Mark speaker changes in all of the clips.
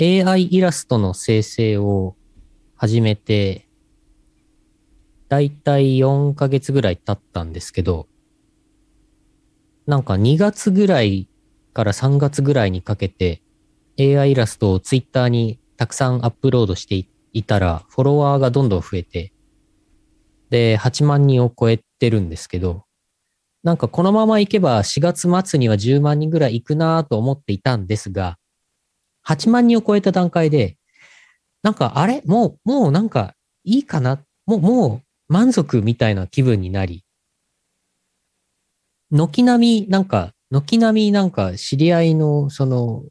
Speaker 1: AI イラストの生成を始めて、だいたい4ヶ月ぐらい経ったんですけど、なんか2月ぐらいから3月ぐらいにかけて AI イラストを Twitter にたくさんアップロードしていたら、フォロワーがどんどん増えて、で、8万人を超えてるんですけど、なんかこのままいけば4月末には10万人ぐらい行くなと思っていたんですが、8万人を超えた段階で、なんかあれもう、もうなんかいいかなもう、もう満足みたいな気分になり、軒並み、なんか、軒並みなんか知り合いのその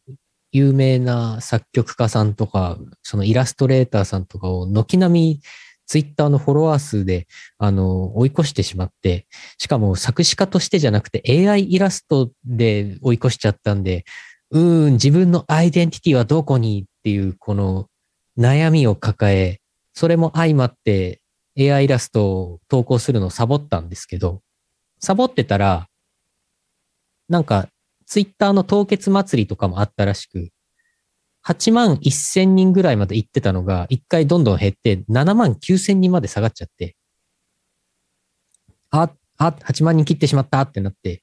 Speaker 1: 有名な作曲家さんとか、そのイラストレーターさんとかを軒並みツイッターのフォロワー数で、あの、追い越してしまって、しかも作詞家としてじゃなくて AI イラストで追い越しちゃったんで、うーん、自分のアイデンティティはどこにっていう、この悩みを抱え、それも相まって AI イラストを投稿するのをサボったんですけど、サボってたら、なんか、ツイッターの凍結祭りとかもあったらしく、8万1000人ぐらいまで行ってたのが、一回どんどん減って、7万9000人まで下がっちゃって、あ、あ、8万人切ってしまったってなって、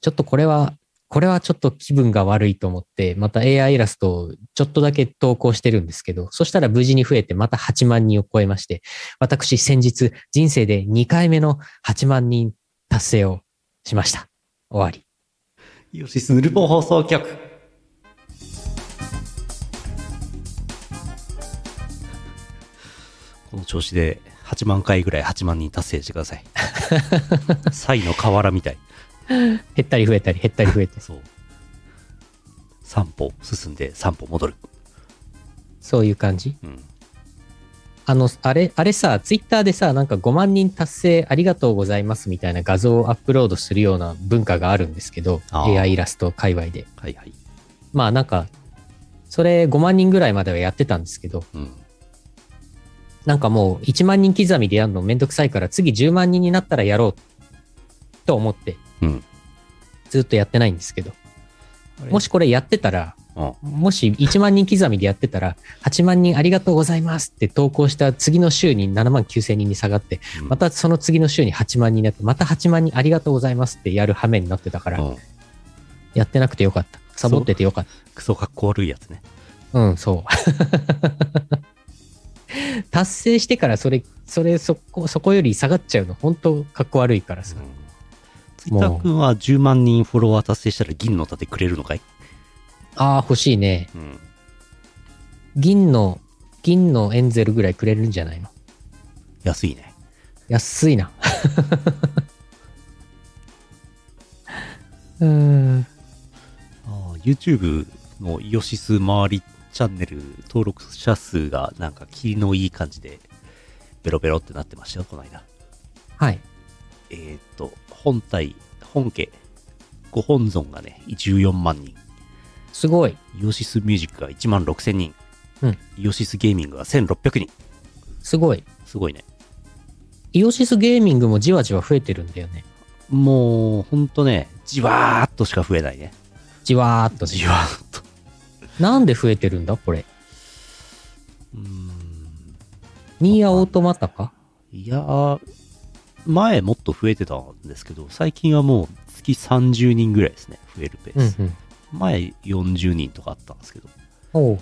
Speaker 1: ちょっとこれは、これはちょっと気分が悪いと思って、また AI イラストをちょっとだけ投稿してるんですけど、そしたら無事に増えてまた8万人を超えまして、私先日人生で2回目の8万人達成をしました。終わり。
Speaker 2: イオシスヌルポン放送局。この調子で8万回ぐらい8万人達成してくだ さい。サイの河原みたい。
Speaker 1: 減ったり増えたり、減ったり増えたり。
Speaker 2: そう。3歩進んで3歩戻る。
Speaker 1: そういう感じ。
Speaker 2: うん。
Speaker 1: あの、あれ、あれさ、ツイッターでさ、なんか5万人達成ありがとうございますみたいな画像をアップロードするような文化があるんですけど、AI イラスト界隈で。
Speaker 2: はいはい。
Speaker 1: まあなんか、それ5万人ぐらいまではやってたんですけど、
Speaker 2: うん。
Speaker 1: なんかもう1万人刻みでやるのめんどくさいから次10万人になったらやろうと思って、
Speaker 2: うん、
Speaker 1: ずっとやってないんですけど、もしこれやってたら、もし1万人刻みでやってたら、8万人ありがとうございますって投稿した次の週に7万9000人に下がって、またその次の週に8万人になって、また8万人ありがとうございますってやる羽目になってたから、やってなくてよかった。サボっててよかった。
Speaker 2: クソかっこ悪いやつね。
Speaker 1: うん、そう。 達成してからそれ、それ、そこ、そこより下がっちゃうの、本当かっこ悪いからさ。うん、
Speaker 2: ツイッター君は10万人フォロワー達成したら銀の盾くれるのかい
Speaker 1: ああ、欲しいね、
Speaker 2: うん。
Speaker 1: 銀の、銀のエンゼルぐらいくれるんじゃないの
Speaker 2: 安いね。
Speaker 1: 安いな。 うん。
Speaker 2: ああ、YouTube のイオシス周りチャンネル登録者数がなんか気のいい感じでベロベロってなってましたよ、この間。
Speaker 1: はい。
Speaker 2: えっ、ー、と、本体、本家、ご本尊がね、14万人。
Speaker 1: すごい。
Speaker 2: イオシスミュージックが1万6000人。
Speaker 1: うん。
Speaker 2: イオシスゲーミングが1600人。
Speaker 1: すごい。
Speaker 2: すごいね。
Speaker 1: イオシスゲーミングもじわじわ増えてるんだよね。
Speaker 2: もう、ほんとね、じわーっとしか増えないね。
Speaker 1: じわーっと、ね、
Speaker 2: じわーっと。
Speaker 1: なんで増えてるんだこれ。
Speaker 2: うーん。
Speaker 1: ニーヤオートマタか
Speaker 2: いや前もっと増えてたんですけど、最近はもう月30人ぐらいですね、増えるペース。
Speaker 1: うんうん、
Speaker 2: 前40人とかあったんですけど。
Speaker 1: おう。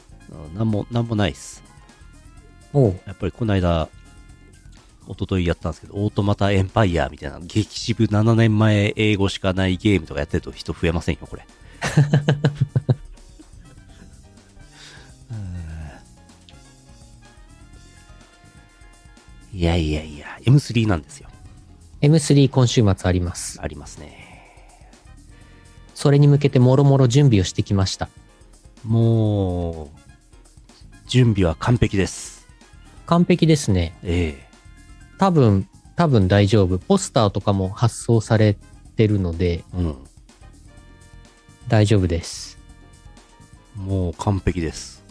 Speaker 2: なんも、なんもないっす。
Speaker 1: おう。
Speaker 2: やっぱりこの間、一昨日やったんですけど、オートマタエンパイアみたいな、激渋7年前英語しかないゲームとかやってると人増えませんよ、これ。 いやいやいや、M3 なんですよ。
Speaker 1: M3 今週末あります。
Speaker 2: ありますね。
Speaker 1: それに向けてもろもろ準備をしてきました。
Speaker 2: もう、準備は完璧です。
Speaker 1: 完璧ですね。
Speaker 2: ええ
Speaker 1: 多分、多分大丈夫。ポスターとかも発送されてるので、
Speaker 2: うん。
Speaker 1: 大丈夫です。
Speaker 2: もう完璧です。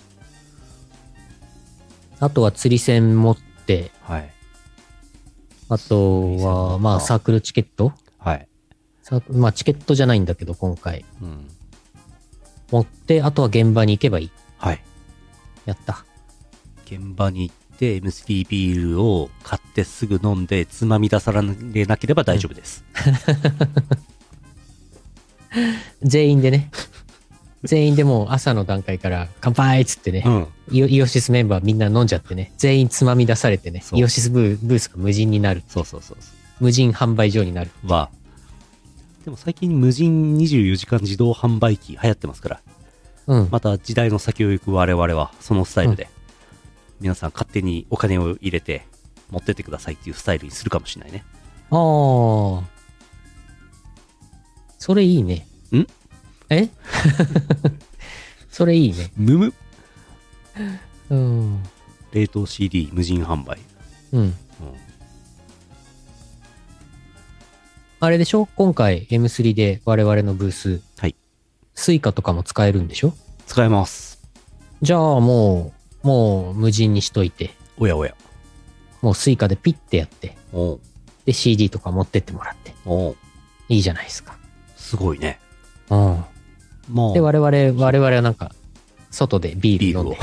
Speaker 1: あとは釣り線持って、
Speaker 2: はい。
Speaker 1: あとは、まあ、サークルチケット
Speaker 2: はい。
Speaker 1: サまあ、チケットじゃないんだけど、今回。
Speaker 2: うん。
Speaker 1: 持って、あとは現場に行けばいい。
Speaker 2: はい。
Speaker 1: やった。
Speaker 2: 現場に行って M3 ビールを買ってすぐ飲んでつまみ出されなければ大丈夫です、
Speaker 1: 全員で ね。全員でもう朝の段階から乾杯っつってね、
Speaker 2: うん、
Speaker 1: イオイオシスメンバーみんな飲んじゃってね、全員つまみ出されてね、
Speaker 2: そう
Speaker 1: イオシスブーブースが無人になる。
Speaker 2: そうそうそうそ
Speaker 1: 無人販売所になる。
Speaker 2: うはでも最近無人24時間自動販売機流行ってますから
Speaker 1: うん。
Speaker 2: また時代の先を行く我々はそのスタイルで、皆さん勝手にお金を入れて持ってってくださいっていうスタイルにするかもしれないね
Speaker 1: あー。それいいね。
Speaker 2: ん
Speaker 1: え それいいね。
Speaker 2: むむ
Speaker 1: うん。
Speaker 2: 冷凍 CD 無人販売、
Speaker 1: うん。
Speaker 2: うん
Speaker 1: あれでしょ今回 M3 で我々のブース。
Speaker 2: はい。
Speaker 1: スイカとかも使えるんでしょ
Speaker 2: 使えます
Speaker 1: じゃあもう、もう無人にしといて、
Speaker 2: おやおや
Speaker 1: もうスイカでピッてやって、
Speaker 2: おう
Speaker 1: で CD とか持ってってもらって、
Speaker 2: おう
Speaker 1: いいじゃないですか。
Speaker 2: すごいね
Speaker 1: うん。
Speaker 2: まあ
Speaker 1: で、我々、我々はなんか、外でビール飲んで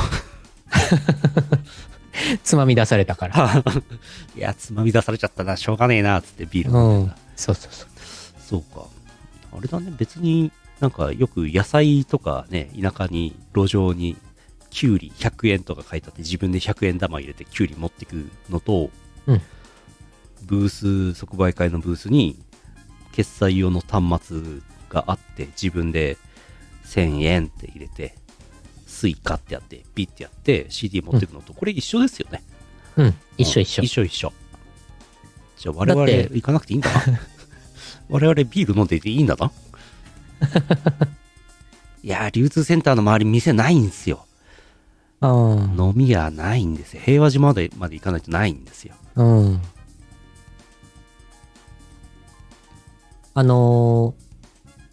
Speaker 2: ビ、
Speaker 1: つまみ出されたから。
Speaker 2: いや、つまみ出されちゃったな、しょうがねえな、つってビール
Speaker 1: う
Speaker 2: 飲ん
Speaker 1: ん
Speaker 2: でた。。
Speaker 1: そうそうそう。
Speaker 2: そうか。あれだね、別になんかよく野菜とかね、田舎に、路上に、きゅうり100円とか書いてあって、自分で100円玉入れてきゅうり持ってくのと、
Speaker 1: うん
Speaker 2: ブース、即売会のブースに、決済用の端末があって、自分で1000円って入れて、スイカってやって、ビってやって、CD 持ってくのと、これ一緒ですよね。
Speaker 1: うん。一緒一緒
Speaker 2: 一。緒一緒。じゃあ我々
Speaker 1: だって
Speaker 2: 行かなくていいんだ な。我々ビール飲んでいていいんだな。いやー、流通センターの周り店ないんですよ。
Speaker 1: あ
Speaker 2: 飲み屋ないんですよ。平和島までまで行かないとないんですよ。
Speaker 1: あ。うん。あのー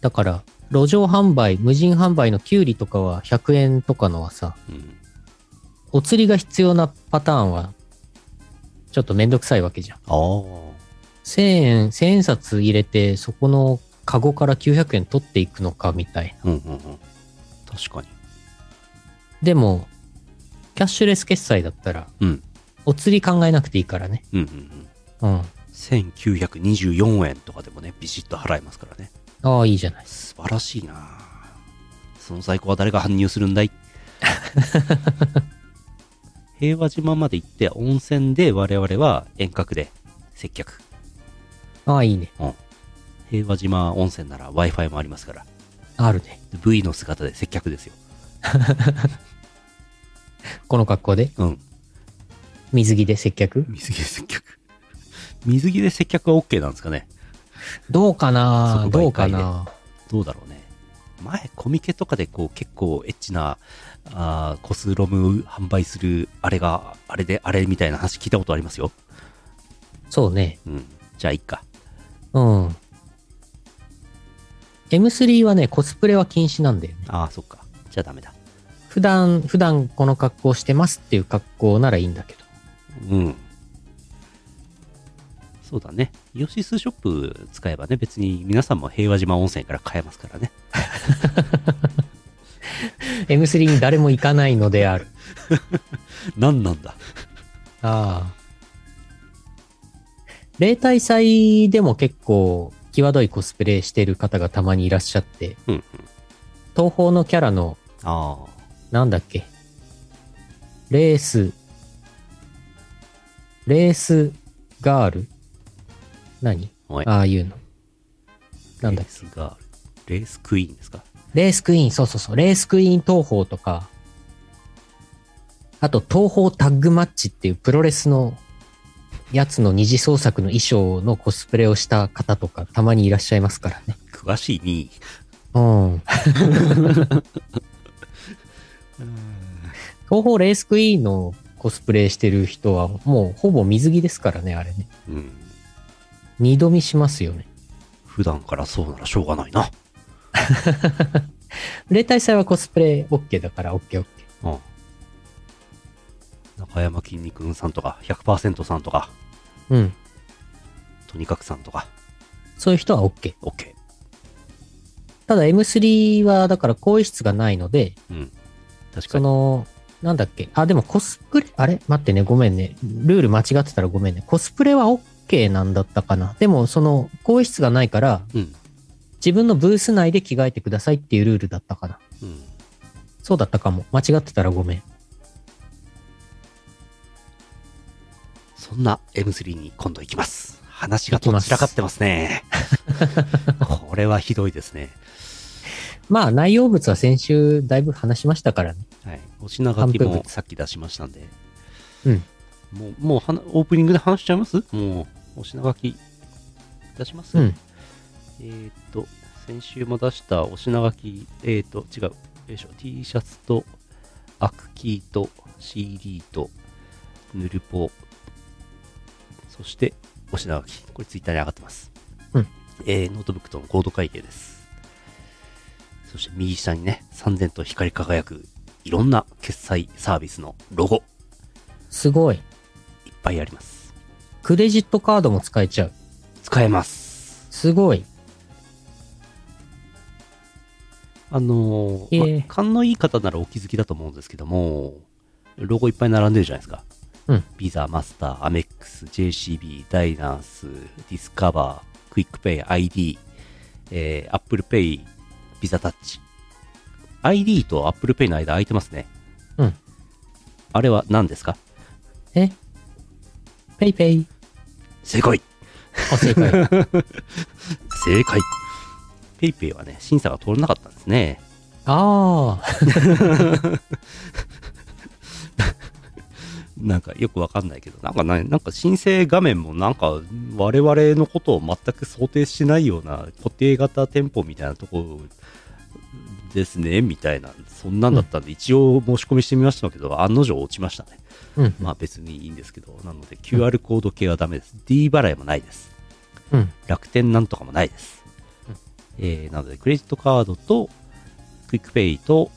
Speaker 1: だから、路上販売、無人販売のキュウリとかは100円とかのはさ、
Speaker 2: うん、
Speaker 1: お釣りが必要なパターンは、ちょっとめんどくさいわけじゃん。
Speaker 2: ああ。
Speaker 1: 1000円、1000円札入れて、そこのカゴから900円取っていくのかみたいな。
Speaker 2: うんうんうん。確かに。
Speaker 1: でも、キャッシュレス決済だったら、
Speaker 2: うん。
Speaker 1: お釣り考えなくていいからね。
Speaker 2: うんうんうん。
Speaker 1: うん。
Speaker 2: 1924円とかでもね、ビシッと払えますからね。
Speaker 1: ああ、いいじゃない。
Speaker 2: 素晴らしいなその在庫は誰が搬入するん だい平和島まで行って温泉で我々は遠隔で接客
Speaker 1: ああ、いいね。
Speaker 2: 平和島温泉なら w i f i もありますから
Speaker 1: あるね。
Speaker 2: V の姿で接客ですよ
Speaker 1: この格好で。
Speaker 2: うん
Speaker 1: 水着で接客
Speaker 2: 水着で接客水着で接客は OK なんですかね
Speaker 1: どうかな
Speaker 2: 即
Speaker 1: ど
Speaker 2: 売
Speaker 1: うか
Speaker 2: 会で
Speaker 1: な
Speaker 2: どうだろうね前コミケとかでこう結構エッチなあーコスロム販売するあれがあれであれみたいな話聞いたことありますよ
Speaker 1: そうね。
Speaker 2: うんじゃあいっか
Speaker 1: うん。M3 はね、コスプレは禁止なんだよね。
Speaker 2: ああ、そっか。じゃあダメだ。
Speaker 1: 普段、普段この格好してますっていう格好ならいいんだけど。
Speaker 2: うん。そうだね。イオシスショップ使えばね、別に皆さんも平和島温泉から買えますからね。
Speaker 1: M3 に誰も行かないのである。
Speaker 2: なんなんだ。
Speaker 1: ああ。例大祭でも結構、際どいコスプレしてる方がたまにいらっしゃって、
Speaker 2: うんうん。
Speaker 1: 東方のキャラの、
Speaker 2: ああ。
Speaker 1: なんだっけ、レース、レースガール何
Speaker 2: はい。
Speaker 1: ああいうの。なんだっ
Speaker 2: レー
Speaker 1: け
Speaker 2: スガール。レースクイーンですか
Speaker 1: レースクイーン、そうそうそう、レースクイーン東方とか、あと東方タッグマッチっていうプロレスのやつの二次創作の衣装のコスプレをした方とかたまにいらっしゃいますからね。
Speaker 2: 詳しいに。
Speaker 1: うん。東方レースクイーンのコスプレしてる人はもうほぼ水着ですからね、あれね。
Speaker 2: うん。
Speaker 1: 二度見しますよね。
Speaker 2: 普段からそうならしょうがないな。
Speaker 1: 例大祭はコスプレ OK だから OKOK。
Speaker 2: うん。中山きんに君さんとか、100%さんとか、
Speaker 1: うん。
Speaker 2: とにかくさんとか、
Speaker 1: そういう人は OK。
Speaker 2: OK。
Speaker 1: ただ M3 はだから更衣室がないので、
Speaker 2: うん。確か
Speaker 1: そ
Speaker 2: に。
Speaker 1: の、なんだっけあ、でもコスプレ、あれ待ってね、ごめんね。ルール間違ってたらごめんね。コスプレは OK なんだったかな。でも、その、更衣室がないから、
Speaker 2: うん。
Speaker 1: 自分のブース内で着替えてくださいっていうルールだったかな。
Speaker 2: うん。
Speaker 1: そうだったかも。間違ってたらごめん。
Speaker 2: そんな M3 に今度行きます。話がとっちらかってま すね。これはひどいですね。
Speaker 1: まあ、内容物は先週だいぶ話しましたからね。
Speaker 2: はい。お品書き
Speaker 1: 半分
Speaker 2: もさっき出しましたんで。
Speaker 1: うん。
Speaker 2: もう、もうはな、オープニングで話しちゃいますもう、お品書き出します、
Speaker 1: うん。
Speaker 2: えーっと、先週も出したお品書き、えーっと、違う、よいしょ、T シャツと、アクキーと、CD と、ヌルポ、そして、お品書き。これツイッターに上がってます。
Speaker 1: うん
Speaker 2: えーノートブックとの合同会計です。そして右下にね、三千と光り輝く、いろんな決済サービスのロゴ、
Speaker 1: すごい。
Speaker 2: いっぱいあります。
Speaker 1: クレジットカードも使えちゃう。
Speaker 2: 使えます。
Speaker 1: すごい。
Speaker 2: あのー
Speaker 1: ええ
Speaker 2: まあ勘のいい方ならお気づきだと思うんですけども、ロゴいっぱい並んでるじゃないですか。
Speaker 1: うん
Speaker 2: ビザ、マスター、アメックス、JCB、ダイナンス、ディスカバー、クイックペイ、ID、えー、Apple Pay、ビザタッチ。ID と Apple Pay の間空いてますね。
Speaker 1: うん。
Speaker 2: あれは何ですか
Speaker 1: えペイペイ。
Speaker 2: 正解
Speaker 1: あ、正解。
Speaker 2: 正解 !PayPay はね、審査が通らなかったんですね。
Speaker 1: ああ。
Speaker 2: なんかよくわかんないけど、なんかな、なんか申請画面もなんか我々のことを全く想定しないような固定型店舗みたいなとこですね、みたいな、そんなんだったんで、一応申し込みしてみましたけど、案の定落ちましたね。
Speaker 1: うん。
Speaker 2: まあ別にいいんですけど、なので QR コード系はダメです。D 払いもないです。
Speaker 1: うん。
Speaker 2: 楽天なんとかもないです
Speaker 1: うん。
Speaker 2: えー、なので、クレジットカードと、クイックペイと、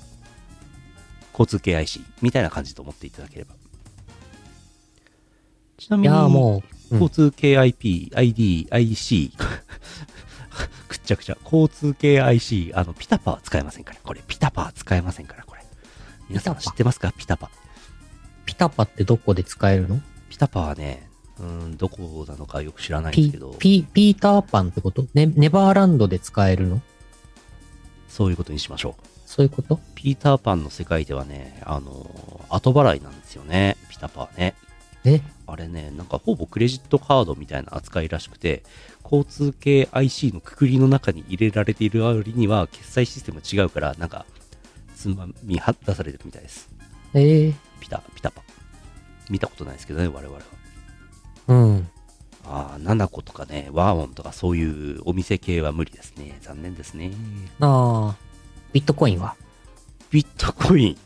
Speaker 2: 交通系 IC みたいな感じと思っていただければ。ちなみ
Speaker 1: い
Speaker 2: に、
Speaker 1: やーもう、うん
Speaker 2: 交、通系 IP、ID、IC、くっちゃくちゃ、交通系 IC、あの、ピタパは使えませんから、これ、ピタパは使えませんから、これ。皆さん
Speaker 1: ピタ
Speaker 2: 知
Speaker 1: パ
Speaker 2: ってますかピタパ。
Speaker 1: ピタパってどこで使えるの
Speaker 2: ピタパはね、うーん、どこなのかよく知らないんです
Speaker 1: ピ
Speaker 2: けど、
Speaker 1: ピピーターパンってことネネバーランドで使えるの
Speaker 2: そういうことにしましょう。
Speaker 1: そういうこと
Speaker 2: ピーターパンの世界ではね、あの、後払いなんですよね、ピタパはね。
Speaker 1: え
Speaker 2: あれね、なんかほぼクレジットカードみたいな扱いらしくて、交通系 IC のくくりの中に入れられている割には、決済システム違うから、なんか、つまみは出されてるみたいです。
Speaker 1: えー
Speaker 2: ピタ、ピタパ。見たことないですけどね、我々は。
Speaker 1: うん。
Speaker 2: ああ、ナナコとかね、ワーオンとかそういうお店系は無理ですね。残念ですね。
Speaker 1: ああ。ビットコインは
Speaker 2: ビットコイン。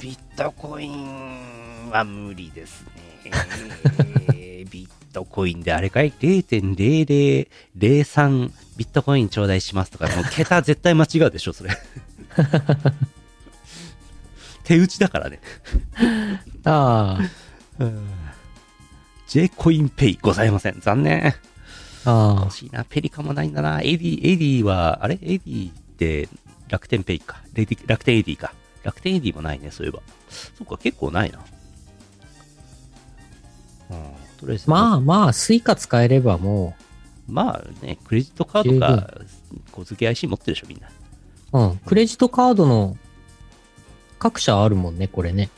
Speaker 2: ビットコインは無理ですね。ビットコインであれかい ?0.0003 ビットコイン頂戴しますとか、もう桁絶対間違うでしょ、それ。 手打ちだからね。
Speaker 1: ああ。
Speaker 2: J コインペイございません。残念。
Speaker 1: あ
Speaker 2: 欲しいな。ペリカもないんだな。エディ、エディは、あれエディって楽天ペイか。レディ楽天エディか。楽天エディもないね、そういえば。そっか、結構ないな。うん、とりあえず、
Speaker 1: まあまあ、スイカ使えればも
Speaker 2: まあね、クレジットカードか、小付け IC 持ってるでしょ、みんな。
Speaker 1: う、うん。クレジットカードの各社あるもんね、これね。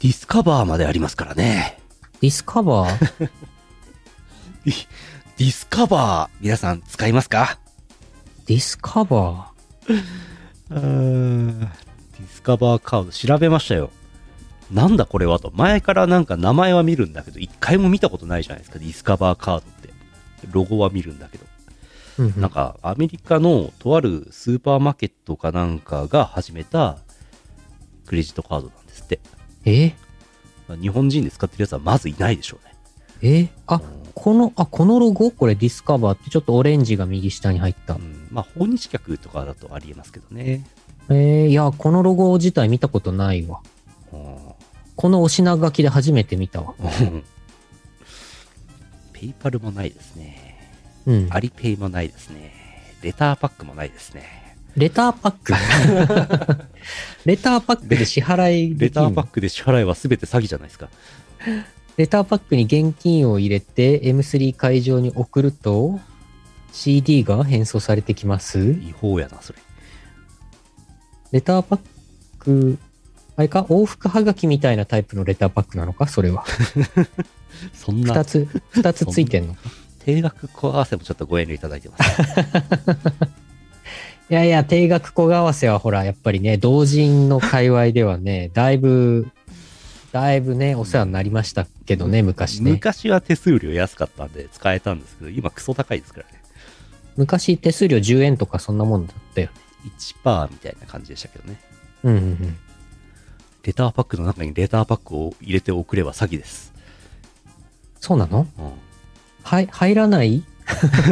Speaker 2: ディスカバーまでありますからね。
Speaker 1: ディスカバ ー
Speaker 2: ディスカバー、皆さん使いますか
Speaker 1: ディスカバ
Speaker 2: うーんディスカバーカード調べましたよなんだこれはと前からなんか名前は見るんだけど一回も見たことないじゃないですかディスカバーカードってロゴは見るんだけど、
Speaker 1: ー。うん
Speaker 2: なんかアメリカのとあるスーパーマーケットかなんかが始めたクレジットカードなんですって
Speaker 1: え
Speaker 2: 日本人で使ってるやつはまずいないでしょうね
Speaker 1: えあ、この、あ、このロゴこれディスカバーってちょっとオレンジが右下に入った
Speaker 2: う。ん、まあ訪日客とかだとありえますけどね
Speaker 1: えー、いや、このロゴ自体見たことないわ。
Speaker 2: うん
Speaker 1: このお品書きで初めて見たわ。
Speaker 2: うんペイパルもないですね
Speaker 1: うん。
Speaker 2: アリペイもないですね。レターパックもないですね。
Speaker 1: レターパックレターパックで支払い
Speaker 2: レ
Speaker 1: でき
Speaker 2: タ
Speaker 1: る
Speaker 2: ーパックで支払いは全て詐欺じゃないですか。
Speaker 1: レターパックに現金を入れて M3 会場に送ると CD が返送されてきます。
Speaker 2: 違法やな、それ。
Speaker 1: レターパック、あれか往復はがきみたいなタイプのレターパックなのかそれは。
Speaker 2: そんな
Speaker 1: 二つ、二つついてんのか。
Speaker 2: 定額小合わせもちょっとご遠慮いただいてます。
Speaker 1: いやいや、定額小合わせはほら、やっぱりね、同人の界隈ではね、だいぶ、だいぶね、お世話になりましたけどね、昔ね。
Speaker 2: 昔は手数料安かったんで使えたんですけど、今クソ高いですからね。
Speaker 1: 昔手数料10円とかそんなもんだったよ。
Speaker 2: 1%みたいな感じでしたけどね。
Speaker 1: うんうんうん。
Speaker 2: レターパックの中にレターパックを入れて送れば詐欺です。
Speaker 1: そうなの
Speaker 2: うん
Speaker 1: はい、入らない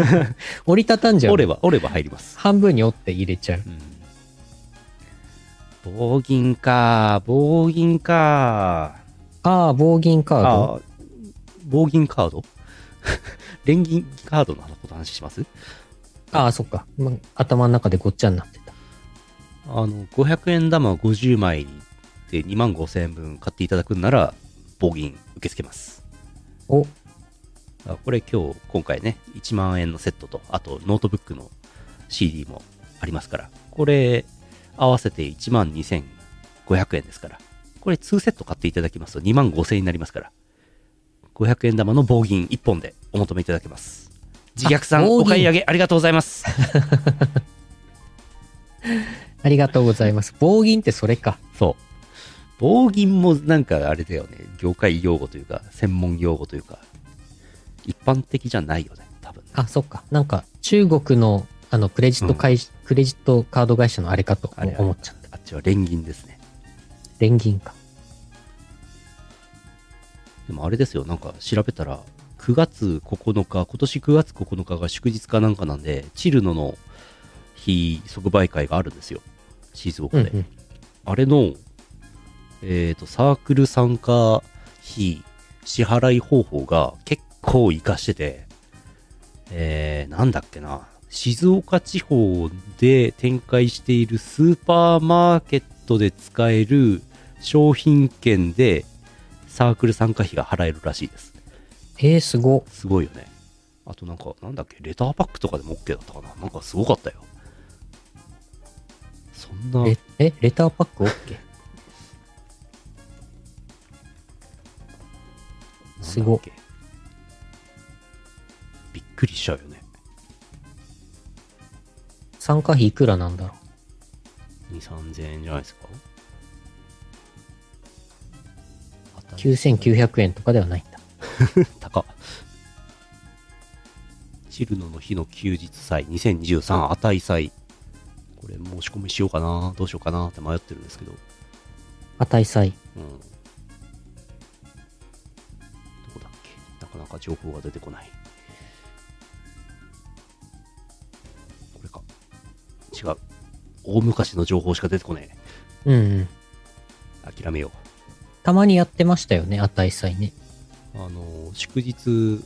Speaker 1: 折りたたんじゃう
Speaker 2: 折れば、折れば入ります。
Speaker 1: 半分に折って入れちゃう。
Speaker 2: うん棒銀か、棒銀か。
Speaker 1: ああ、棒銀カード。
Speaker 2: あー棒銀カード 連銀カードのこと話します
Speaker 1: ああー、そっか、ま頭の中でごっちゃになってた。
Speaker 2: あの、500円玉を50枚で2万5000円分買っていただくんなら、棒銀受け付けます。
Speaker 1: お、
Speaker 2: あこれ今日、今回ね、1万円のセットと、あとノートブックの CD もありますから、これ合わせて1万2500円ですから、これ2セット買っていただきますと2万5000円になりますから、500円玉の棒銀1本でお求めいただけます。自虐さ
Speaker 1: あ
Speaker 2: ん、
Speaker 1: 棒銀
Speaker 2: お買い上げありがとうござい ます。
Speaker 1: ありがとうございます。棒銀ってそれか。
Speaker 2: そう。棒銀もなんかあれだよね、業界用語というか、専門用語というか、一般的じゃないよね、多分。
Speaker 1: あ、そっか。なんか、中国の、あの、クレジット会、クレジットカード会社のあれかと
Speaker 2: あれ
Speaker 1: 思っちゃった。
Speaker 2: あっちは連銀ですね。
Speaker 1: 連銀か。
Speaker 2: でもあれですよ、なんか調べたら、9月9日、今年9月9日が祝日かなんかなんで、チルノの日即売会があるんですよ、静岡
Speaker 1: うんう
Speaker 2: で。
Speaker 1: ん。
Speaker 2: あれの、えっ、と、サークル参加費、支払い方法が結構活かしてて、えー、なんだっけな、静岡地方で展開しているスーパーマーケットで使える商品券でサークル参加費が払えるらしいです。
Speaker 1: えー、すご。
Speaker 2: すごいよね。あとなんか、なんだっけ、レターパックとかでも OK だったかな。なんかすごかったよ。そんな。
Speaker 1: え、え、レターパック OK? すご
Speaker 2: なんだっけびっくりしちゃうよね
Speaker 1: 参加費いくらなんだろ
Speaker 2: 23000円じゃないですか
Speaker 1: う ?9900 円とかではないんだ。
Speaker 2: 高っチルノの日の休日祭2023値祭これ申し込みしようかなどうしようかなって迷ってるんですけど
Speaker 1: 値祭。
Speaker 2: うんどこだっけなかなか情報が出てこないこれか違う大昔の情報しか出てこね
Speaker 1: うんうん。
Speaker 2: え諦めよう
Speaker 1: たまにやってましたよね、値祭ね。
Speaker 2: あの祝日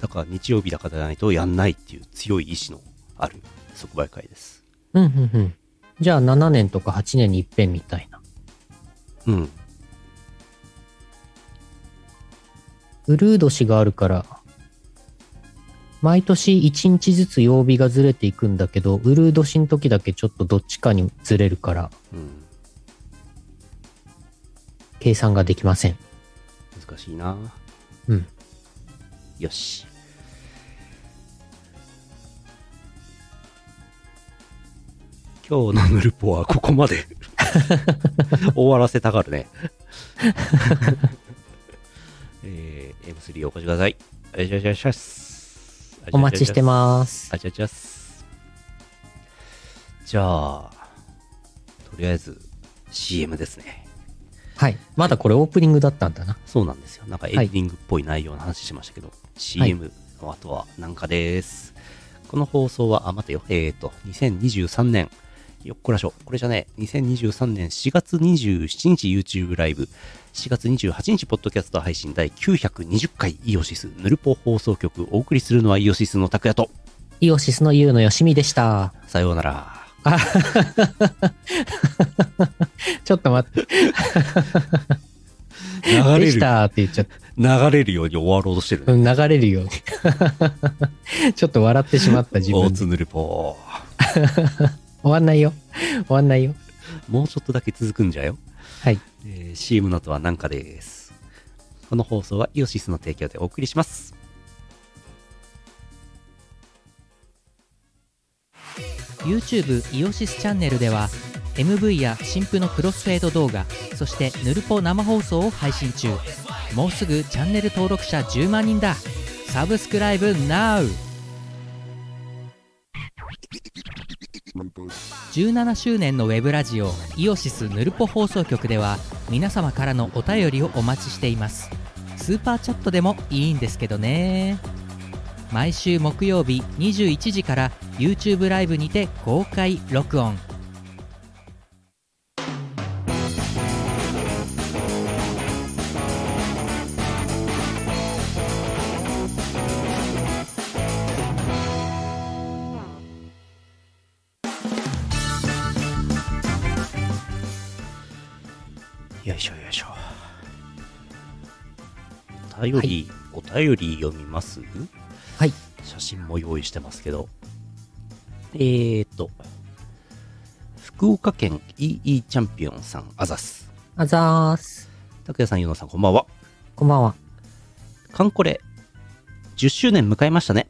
Speaker 2: だか日曜日だかじゃないとやんないっていう強い意志のある即売会です
Speaker 1: うんうんうん。じゃあ7年とか8年に一遍みたいな。
Speaker 2: うん
Speaker 1: うるう年があるから、毎年1日ずつ曜日がずれていくんだけど、うるう年の時だけちょっとどっちかにずれるから、
Speaker 2: うん
Speaker 1: 計算ができません。
Speaker 2: 難しいな
Speaker 1: うん
Speaker 2: よし今日のヌルポはここまで終わらせたがるねえー、M3 お越しくださいお願いします
Speaker 1: お待ちしてます。
Speaker 2: あちゃちゃっす。じゃあ、とりあえず CM ですね。
Speaker 1: はい。まだこれオープニングだったんだな。
Speaker 2: そうなんですよ。なんかエンディングっぽい内容の話しましたけど、CM の後はなんかです。この放送は、あ、待てよ。えーと、2023年、よっこらしょ。これじゃねえ。2023年4月27日 YouTube ライブ、4月28日ポッドキャスト配信第920回イオシスヌルポ放送局お送りするのはイオシスの拓也と、
Speaker 1: イオシスのユウのよしみでした。
Speaker 2: さようなら。
Speaker 1: あ ちょっと待って、
Speaker 2: 流
Speaker 1: で
Speaker 2: れ
Speaker 1: き
Speaker 2: る、
Speaker 1: たって言っちゃった。
Speaker 2: 流れるように終わろうとしてるね。
Speaker 1: うん流れるよう に。ちょっと笑ってしまった自
Speaker 2: 大
Speaker 1: 分で。
Speaker 2: 津ぬるぽ
Speaker 1: 終わんないよ。終わんないよ。
Speaker 2: もうちょっとだけ続くんじゃよ。
Speaker 1: はい。
Speaker 2: えー CM の後はなんかです。この放送はイオシスの提供でお送りします。
Speaker 3: YouTube イオシスチャンネルでは MV や新婦のクロスフェード動画そしてヌルポ生放送を配信中もうすぐチャンネル登録者10万人だサブスクライブ NOW17 周年のウェブラジオイオシスヌルポ放送局では皆様からのお便りをお待ちしていますスーパーチャットでもいいんですけどね毎週木曜日21時から YouTube ライブにて公開録音
Speaker 2: よいしょよいしょ。お便り、お便り読みます
Speaker 1: はい。
Speaker 2: 写真も用意してますけど。えーと、福岡県 EE チャンピオンさん、あざす。
Speaker 1: あざーす。
Speaker 2: 拓也さん、ゆのさん、こんばんは。
Speaker 1: こんばんは。
Speaker 2: カンコレ、10周年迎えましたね。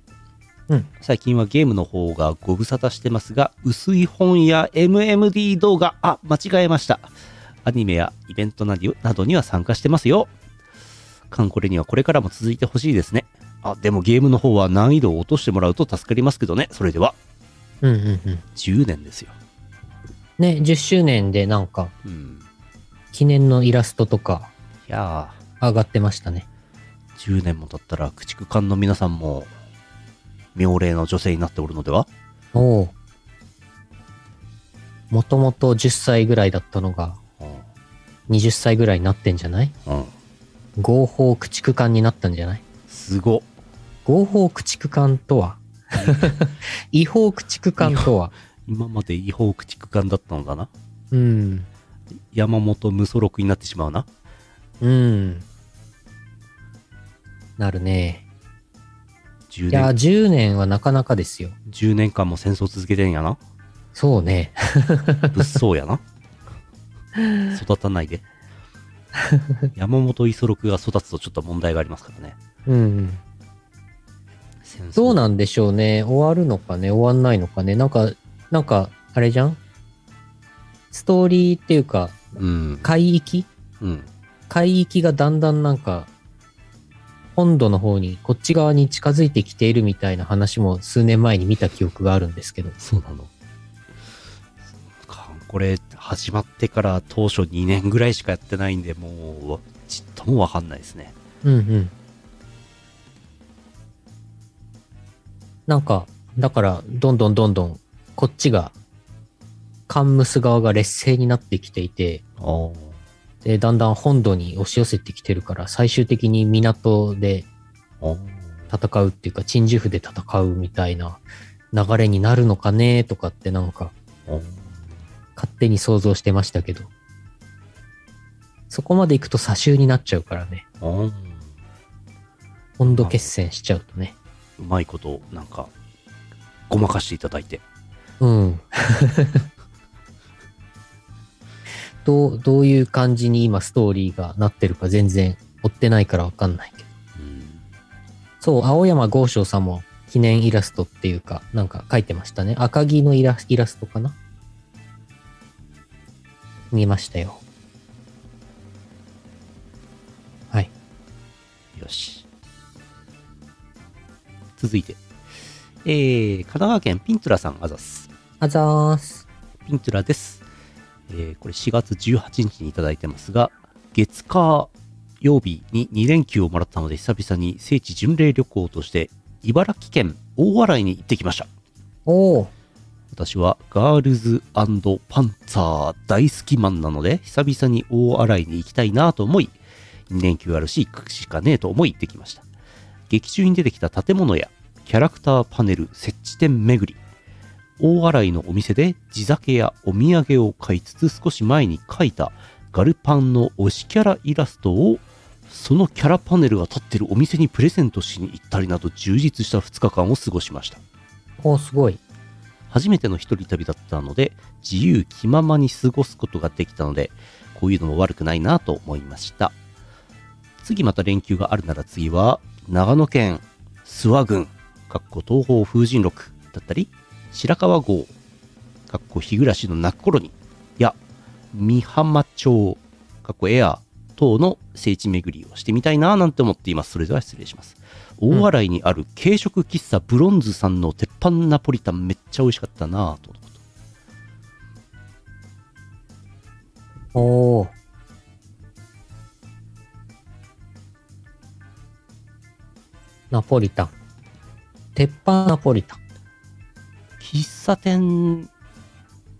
Speaker 1: うん
Speaker 2: 最近はゲームの方がご無沙汰してますが、薄い本や MMD 動画、あ、間違えました。アニメやイベントなどなどには参加してますよ。カンコレにはこれからも続いてほしいですね。あ、でもゲームの方は難易度を落としてもらうと助かりますけどね。それでは、
Speaker 1: うんうんうん。
Speaker 2: 10年ですよ。
Speaker 1: ね、10周年でなんか、
Speaker 2: うん。
Speaker 1: 記念のイラストとか
Speaker 2: いや
Speaker 1: 上がってましたね。
Speaker 2: ー、10年も経ったら、駆逐艦の皆さんも、妙齢の女性になっておるのでは
Speaker 1: おお。もともと10歳ぐらいだったのが、
Speaker 2: う
Speaker 1: 20歳ぐらいになってんじゃない
Speaker 2: ん。うん。
Speaker 1: 合法駆逐艦になったんじゃない
Speaker 2: すごっ。
Speaker 1: 合法駆逐艦と は違法駆逐艦とは
Speaker 2: 今まで違法駆逐艦だったのだな
Speaker 1: うん。
Speaker 2: 山本無祖録になってしまうな
Speaker 1: うん。なるね。
Speaker 2: 10
Speaker 1: いや、
Speaker 2: 年
Speaker 1: 10年はなかなかですよ。
Speaker 2: 10年間も戦争続けてんや な
Speaker 1: そうね。
Speaker 2: 物騒やな育た ないで山本五十六が育つとちょっと問題がありますからね
Speaker 1: うん。
Speaker 2: 戦争
Speaker 1: どうなんでしょうね。終わるのかね、終わんないのかね。なんか、なんか、あれじゃんストーリーっていうか、
Speaker 2: うん
Speaker 1: 海域
Speaker 2: うん
Speaker 1: 海域がだんだんなんか、本土の方に、こっち側に近づいてきているみたいな話も数年前に見た記憶があるんですけど。
Speaker 2: そうなのかこれ始まってから当初2年ぐらいしかやってないんでもうちっともわかんないですね
Speaker 1: うんうん。なんか、だから、どんどんどんどん、こっちが、カンムス側が劣勢になってきていて、
Speaker 2: おー
Speaker 1: で、だんだん本土に押し寄せてきてるから、最終的に港で
Speaker 2: おー
Speaker 1: 戦うっていうか、鎮守府で戦うみたいな流れになるのかねとかってなんか、
Speaker 2: おー
Speaker 1: 勝手に想像してましたけど。そこまで行くと左州になっちゃうからね。
Speaker 2: おー
Speaker 1: 温度決戦しちゃうとね。
Speaker 2: うまいことなんかごまかしていただいて
Speaker 1: うん。 どう、どういう感じに今ストーリーがなってるか全然追ってないからわかんないけど。
Speaker 2: うん
Speaker 1: そう、青山豪昌さんも記念イラストっていうか、なんか書いてましたね。赤木のイライラストかな見ましたよ。はい。
Speaker 2: よし続いてえー、神奈川県ピントラさんあざっす
Speaker 1: あざーす。
Speaker 2: ピントラです、えーこれ4月18日にいただいてますが月火曜日に2連休をもらったので久々に聖地巡礼旅行として茨城県大洗に行ってきました
Speaker 1: おー。
Speaker 2: 私はガールズパンツァー大好きマンなので久々に大洗に行きたいなと思い2連休あるし行くしかねえと思い行ってきました劇中に出てきた建物やキャラクターパネル設置店巡り大洗のお店で地酒やお土産を買いつつ少し前に描いたガルパンの推しキャライラストをそのキャラパネルが立ってるお店にプレゼントしに行ったりなど充実した2日間を過ごしました
Speaker 1: おすごい。
Speaker 2: 初めての一人旅だったので自由気ままに過ごすことができたのでこういうのも悪くないなと思いました次また連休があるなら次は長野県諏訪郡かっこ東方風神録だったり白川郷かっこ日暮らしの泣く頃にや美浜町かっこエア等の聖地巡りをしてみたいななんて思っていますそれでは失礼します大洗にある軽食喫茶ブロンズさんの鉄板ナポリタンめっちゃ美味しかったなぁとのこと
Speaker 1: おーナポリタン。鉄板ナポリタン。
Speaker 2: 喫茶店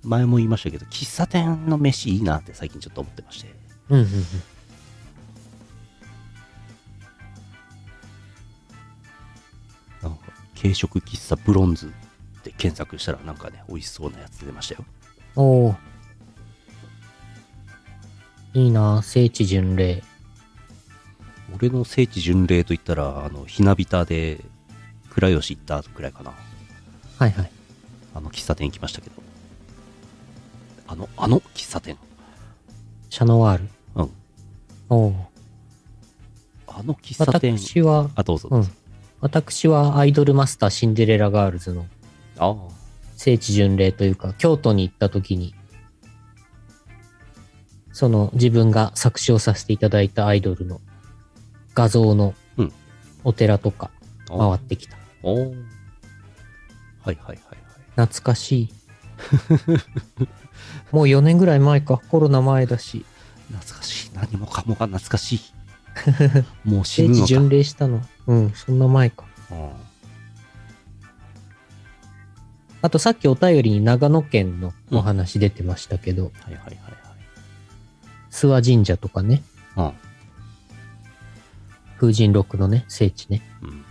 Speaker 2: 前も言いましたけど喫茶店の飯いいなって最近ちょっと思ってまして
Speaker 1: うんうんうん。
Speaker 2: なんか軽食喫茶ブロンズって検索したらなんかね美味しそうなやつ出ましたよ
Speaker 1: おーいいな聖地巡礼。
Speaker 2: 俺の聖地巡礼といったらあのひなびたで倉吉行ったくらいかな
Speaker 1: はいはい。
Speaker 2: あの喫茶店行きましたけどあのあの喫茶店
Speaker 1: シャノワール。
Speaker 2: うん
Speaker 1: おー
Speaker 2: あの喫茶店
Speaker 1: 私は、
Speaker 2: あどうぞ
Speaker 1: うん。私はアイドルマスターシンデレラガールズの
Speaker 2: ああ
Speaker 1: 聖地巡礼というか、京都に行った時に、その自分が作詞をさせていただいたアイドルの画像の
Speaker 2: うん
Speaker 1: お寺とか
Speaker 2: あ
Speaker 1: 回ってきた。
Speaker 2: おおはいはいはいはい
Speaker 1: 懐かしい。 もう4年ぐらい前か、コロナ前だし、
Speaker 2: 懐かしい何もかもが懐か しいもう死
Speaker 1: 聖
Speaker 2: ぬ
Speaker 1: 地
Speaker 2: のか、
Speaker 1: 巡礼したの。うん、そんな前か。
Speaker 2: うん
Speaker 1: あとさっきお便りに長野県のお話出てましたけど、
Speaker 2: はいはいはいはい
Speaker 1: 諏訪神社とかね、
Speaker 2: うん
Speaker 1: 風神六のね、聖地ね。
Speaker 2: うん、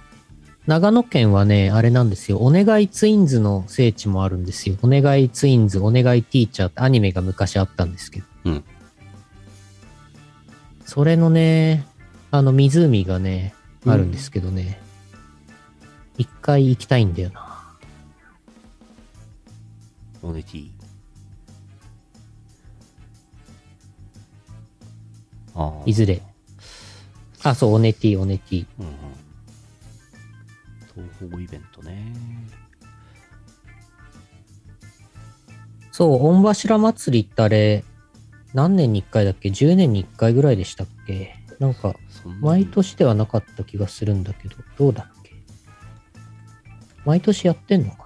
Speaker 1: 長野県はね、あれなんですよ。お願いツインズの聖地もあるんですよ。お願いツインズ、お願いティーチャーってアニメが昔あったんですけど。
Speaker 2: うん
Speaker 1: それのね、あの湖がね、あるんですけどね。一、回行きたいんだよな。
Speaker 2: オネティああ
Speaker 1: いずれ。あ、そう、オネティ、オネティ。
Speaker 2: うんうん、東宝イベントね
Speaker 1: そう、御柱祭りってあれ、何年に1回だっけ ?10 年に1回ぐらいでしたっけなんか、
Speaker 2: そんな
Speaker 1: 毎年ではなかった気がするんだけど、どうだっけ毎年やってんのか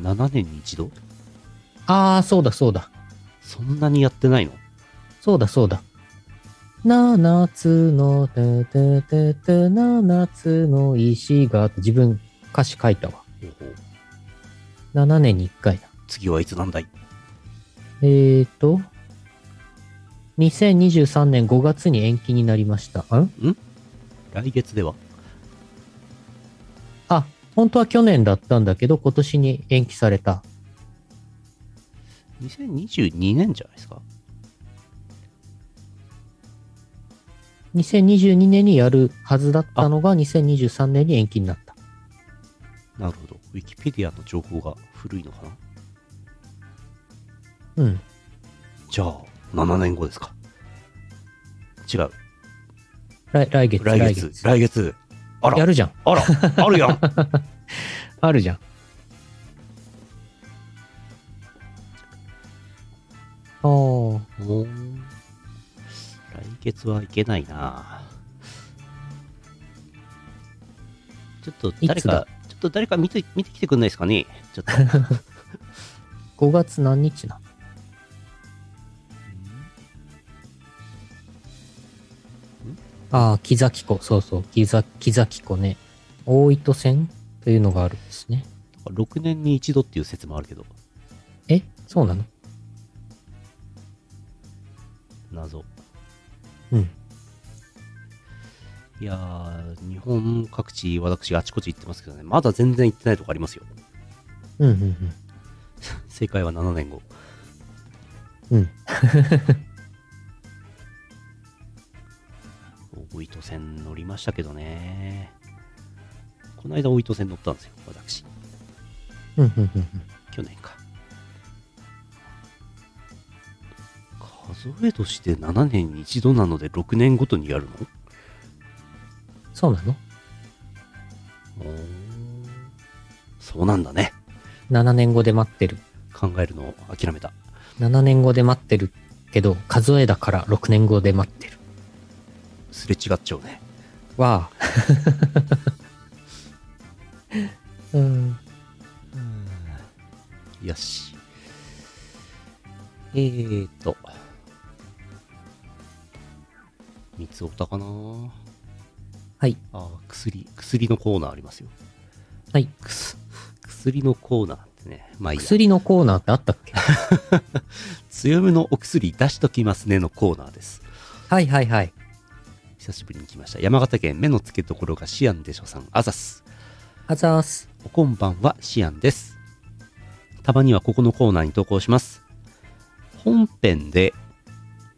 Speaker 2: 7年に一度
Speaker 1: なあー、そうだそうだ。
Speaker 2: そんなにやってないの
Speaker 1: そうだそうだ。七つの、てててて、七つの石が、自分歌詞書いたわ。
Speaker 2: ほうほう
Speaker 1: 7年に1回だ。
Speaker 2: 次はいつなんだい
Speaker 1: えーと、2023年5月に延期になりました。ん
Speaker 2: 来月では
Speaker 1: あ、本当は去年だったんだけど、今年に延期された。
Speaker 2: 2022年じゃないですか
Speaker 1: 2022年にやるはずだったのが、2023年に延期になった。
Speaker 2: なるほどウィキペディアの情報が古いのかな
Speaker 1: うん。
Speaker 2: じゃあ7年後ですか違う
Speaker 1: 来来月、
Speaker 2: 来月来月あ
Speaker 1: や
Speaker 2: ら
Speaker 1: るじゃん。
Speaker 2: あら あるやん
Speaker 1: あるじゃん。あー
Speaker 2: もう来月はいけないなちょっと
Speaker 1: い
Speaker 2: 誰
Speaker 1: つだ
Speaker 2: かちょっと誰か見て見てきてくんないですかねちょ っと
Speaker 1: 5月何日なああ、木崎湖。そうそう。木崎木崎湖ね。大糸線というのがあるんですね。
Speaker 2: 6年に一度っていう説もあるけど
Speaker 1: えそうなの
Speaker 2: 謎
Speaker 1: うん。
Speaker 2: いやー日本各地私あちこち行ってますけどねまだ全然行ってないとこありますよ
Speaker 1: うんうん
Speaker 2: 正解は7年後
Speaker 1: うん。うん。
Speaker 2: 大糸線乗りましたけどねこの間大糸線乗ったんですよ私
Speaker 1: うんうんうん
Speaker 2: 去年か数えとして7年に一度なので6年ごとにやるの
Speaker 1: そうなの
Speaker 2: おーそうなんだね
Speaker 1: ?7 年後で待ってる。
Speaker 2: 考えるのを諦めた
Speaker 1: 7年後で待ってるけど、数えだから6年後で待ってる。
Speaker 2: すれ違っちゃうね
Speaker 1: わあ。 うん。
Speaker 2: よしえーと三つおたかな
Speaker 1: はい。
Speaker 2: あー薬薬のコーナーありますよ
Speaker 1: はい。
Speaker 2: くす薬のコーナーってねまあいいや
Speaker 1: 薬のコーナーってあったっけ
Speaker 2: 強めのお薬出しときますねのコーナーです
Speaker 1: はいはいはい。
Speaker 2: 久しぶりに来ました山形県目の付けどころがシアンでしょさんあざす
Speaker 1: あざーす。
Speaker 2: おこんばんは、シアンです。たまにはここのコーナーに投稿します。本編で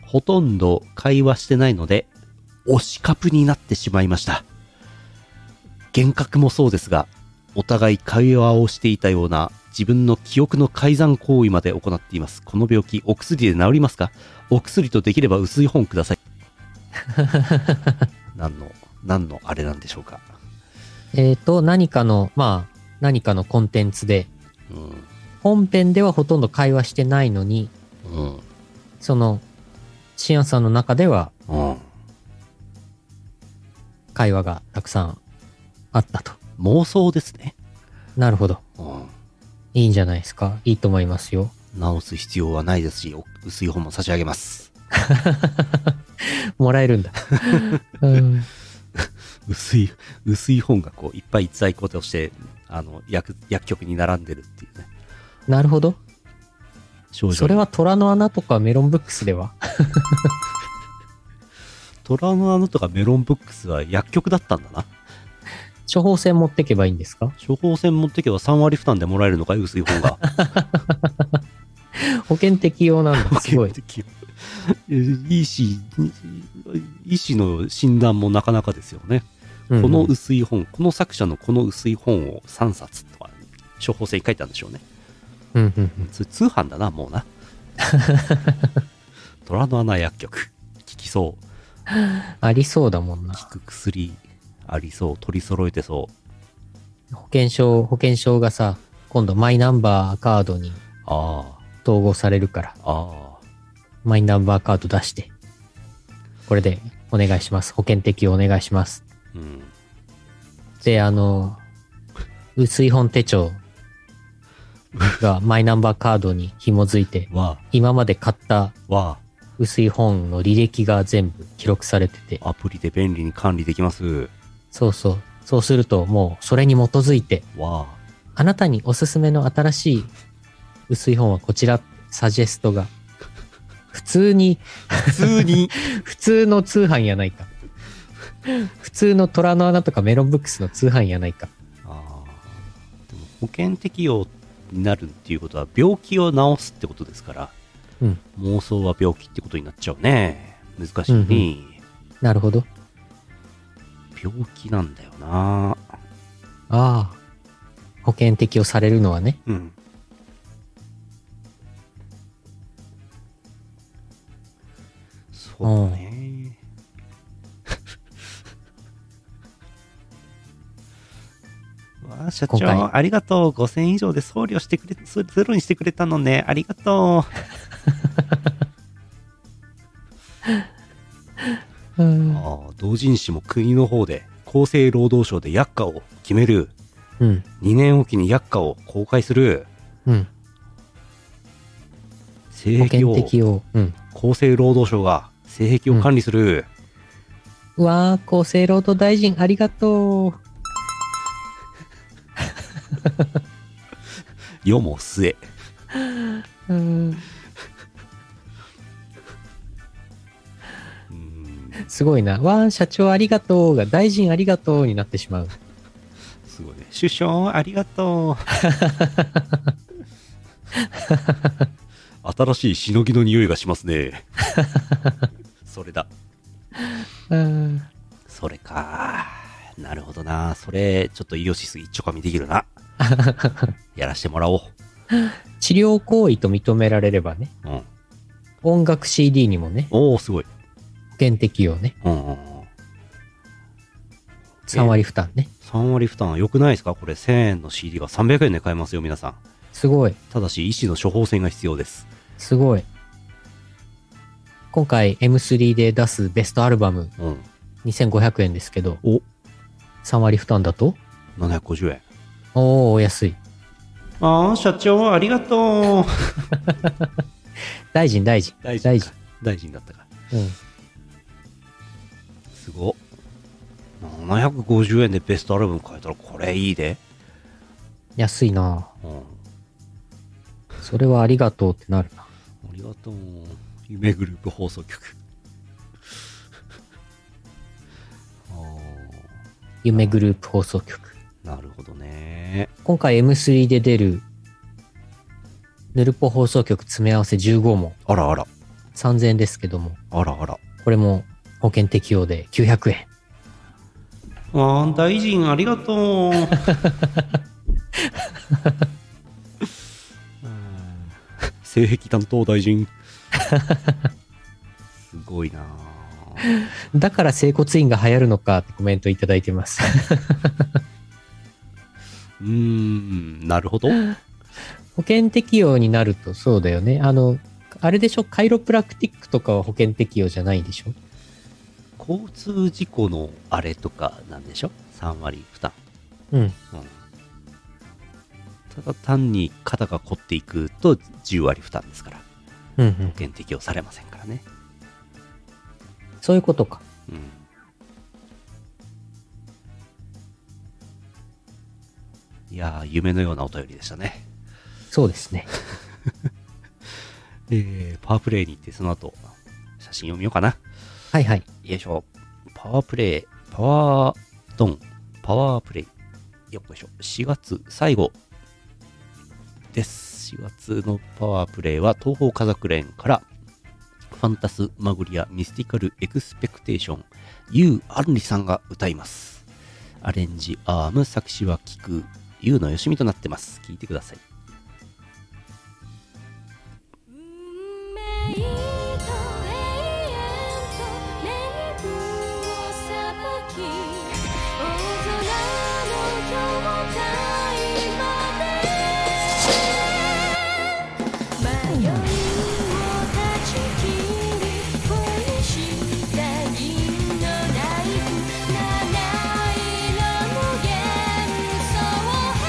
Speaker 2: ほとんど会話してないので、推しカプになってしまいました。幻覚もそうですが、お互い会話をしていたような自分の記憶の改ざん行為まで行っています。この病気、お薬で治りますかお薬とできれば薄い本ください。 何の、何のあれなんでしょうか。
Speaker 1: えっ、と、何かの、まあ、何かのコンテンツで、
Speaker 2: う
Speaker 1: 本編ではほとんど会話してないのに、
Speaker 2: ん。うん。
Speaker 1: その、シアンさんの中では
Speaker 2: うん。
Speaker 1: 会話がたくさんあったと。
Speaker 2: 妄想ですね。
Speaker 1: なるほど。
Speaker 2: うん。
Speaker 1: いいんじゃないですかいいと思いますよ。
Speaker 2: 直す必要はないですし、お薄い本も差し上げます。
Speaker 1: もらえ るんだ。うん、
Speaker 2: 薄い、薄い本がこう、いっぱい在庫として、あの、薬、薬局に並んでるっていうね。
Speaker 1: なるほど。
Speaker 2: 症状。
Speaker 1: それは虎の穴とかメロンブックスでは
Speaker 2: 虎の穴とかメロンブックスは薬局だったんだな。
Speaker 1: 処方箋持ってけばいいんですか
Speaker 2: 処方箋持ってけば3割負担でもらえるのかい薄い本 が。
Speaker 1: 保険適用なんだ。すごい。
Speaker 2: 医師、医師の診断もなかなかですよね。
Speaker 1: うん
Speaker 2: この薄い本、この作者のこの薄い本を3冊とか、処方箋に書いてあるんでしょうね。
Speaker 1: うんうんうん
Speaker 2: それ通販だな、も うな。虎の穴薬局。効きそう。
Speaker 1: ありそうだもんな。
Speaker 2: 効く薬ありそう。取り揃えてそう。
Speaker 1: 保険証、保険証がさ、今度マイナンバーカードに
Speaker 2: あ
Speaker 1: 統合されるから、
Speaker 2: あ、ああ。
Speaker 1: マイナンバーカード出して、これでお願いします。保険適用お願いします。
Speaker 2: うん。
Speaker 1: で、あの、薄い本手帳がマイナンバーカードに紐づいて、
Speaker 2: わ
Speaker 1: 今まで買った
Speaker 2: あ、わ
Speaker 1: 薄い本の履歴が全部記録されてて、
Speaker 2: あ。アプリで便利に管理できます。
Speaker 1: そうそう。そうするともうそれに基づいて、
Speaker 2: わ
Speaker 1: あなたにおすすめの新しい薄い本はこちら、サジェストが。普通に、
Speaker 2: あ。普通 に。
Speaker 1: 普通の通販やないか。普通の虎の穴とかメロンブックスの通販やないか。
Speaker 2: ああ。でも保険適用になるっていうことは、病気を治すってことですから、
Speaker 1: うん
Speaker 2: 妄想は病気ってことになっちゃうね。難しいね。
Speaker 1: なるほど。
Speaker 2: 病気なんだよな。
Speaker 1: ああ。保険適用されるのはね。
Speaker 2: うん。そうね。わあ、社
Speaker 1: 今回
Speaker 2: 長、ありがとう。5000以上で送料してくれ、そゼロにしてくれたのね。ありがと
Speaker 1: う
Speaker 2: う。
Speaker 1: ん。
Speaker 2: ああ、同人誌も国の方で、厚生労働省で薬価を決める。
Speaker 1: うん。
Speaker 2: 2年おきに薬価を公開する。
Speaker 1: うん。保
Speaker 2: 性癖
Speaker 1: 険
Speaker 2: を、
Speaker 1: 適用。うん。
Speaker 2: 厚生労働省が性癖を管理する。
Speaker 1: うわー、厚生労働大臣ありがとう。
Speaker 2: 世も末。
Speaker 1: うん。
Speaker 2: うーん
Speaker 1: すごいな。わー、社長ありがとうが大臣ありがとうになってしまう。
Speaker 2: すごいね。首相、ありがとう。 新しいしのぎの匂いがしますね。それだ。
Speaker 1: うん
Speaker 2: それか。なるほどな。それ、ちょっとイオシス一丁みできる な。やらしてもらおう。
Speaker 1: 治療行為と認められればね、
Speaker 2: うん。
Speaker 1: 音楽 CD にもね、
Speaker 2: おお、すごい。
Speaker 1: 保険適用ね、
Speaker 2: うんうんうん。
Speaker 1: 3割負担ね。
Speaker 2: 3割負担良くないですかこれ1000円の CD が300円で買えますよ皆さん
Speaker 1: すごい、
Speaker 2: ただし医師の処方箋が必要です
Speaker 1: すごい。今回 M3 で出すベストアルバム
Speaker 2: うん
Speaker 1: 2500円ですけど、
Speaker 2: お
Speaker 1: 3割負担だと
Speaker 2: 750円
Speaker 1: おー、お安い。
Speaker 2: ああ社長ありがとう
Speaker 1: 大臣、大臣。
Speaker 2: 大
Speaker 1: 大
Speaker 2: 臣
Speaker 1: 臣
Speaker 2: か大臣だったか
Speaker 1: うん。
Speaker 2: すごっ750円でベストアルバム買えたらこれいいで
Speaker 1: 安いな
Speaker 2: うんあ
Speaker 1: それはありがとうってなるな。
Speaker 2: りがとう夢グループ放送局 あ
Speaker 1: 夢グループ放送局。
Speaker 2: あなるほどね
Speaker 1: 今回 M3 で出る、ヌルポ放送局詰め合わせ15も
Speaker 2: あらあら
Speaker 1: 3000円ですけども、
Speaker 2: あらあら
Speaker 1: これも保険適用で900円。
Speaker 2: ああ大臣ありがとう 性癖担当大臣すごいなあ
Speaker 1: だから整骨院が流行るのかってコメントいただいてます。
Speaker 2: うーんなるほど
Speaker 1: 保険適用になるとそうだよね。あの、あれでしょカイロプラクティックとかは保険適用じゃないでしょ
Speaker 2: 交通事故のあれとかなんでしょ3割負担、
Speaker 1: うん。
Speaker 2: うん、ただ単に肩が凝っていくと10割負担ですから
Speaker 1: うんうん
Speaker 2: 保。険適用されませんからね
Speaker 1: そういうことか。
Speaker 2: うんいやー、夢のようなお便りでしたね。
Speaker 1: そうですね。
Speaker 2: えー、パワープレイに行って、その後、写真を見ようかな。
Speaker 1: はいはい。
Speaker 2: よいしょ。パワープレイ、パワードン、パワープレイ。よっこいしょ。4月最後です。4月のパワープレイは、東方家族連から、ファンタスマグリアミスティカルエクスペクテーション、ユウ・アンリさんが歌います。アレンジ、アーム、作詞は聞く、ユウのよしみとなってます。聞いてください。
Speaker 4: 運命と永遠と冥府をさばき大空の兄弟まで迷いを断ち切り恋した銀のライフ七色の幻想編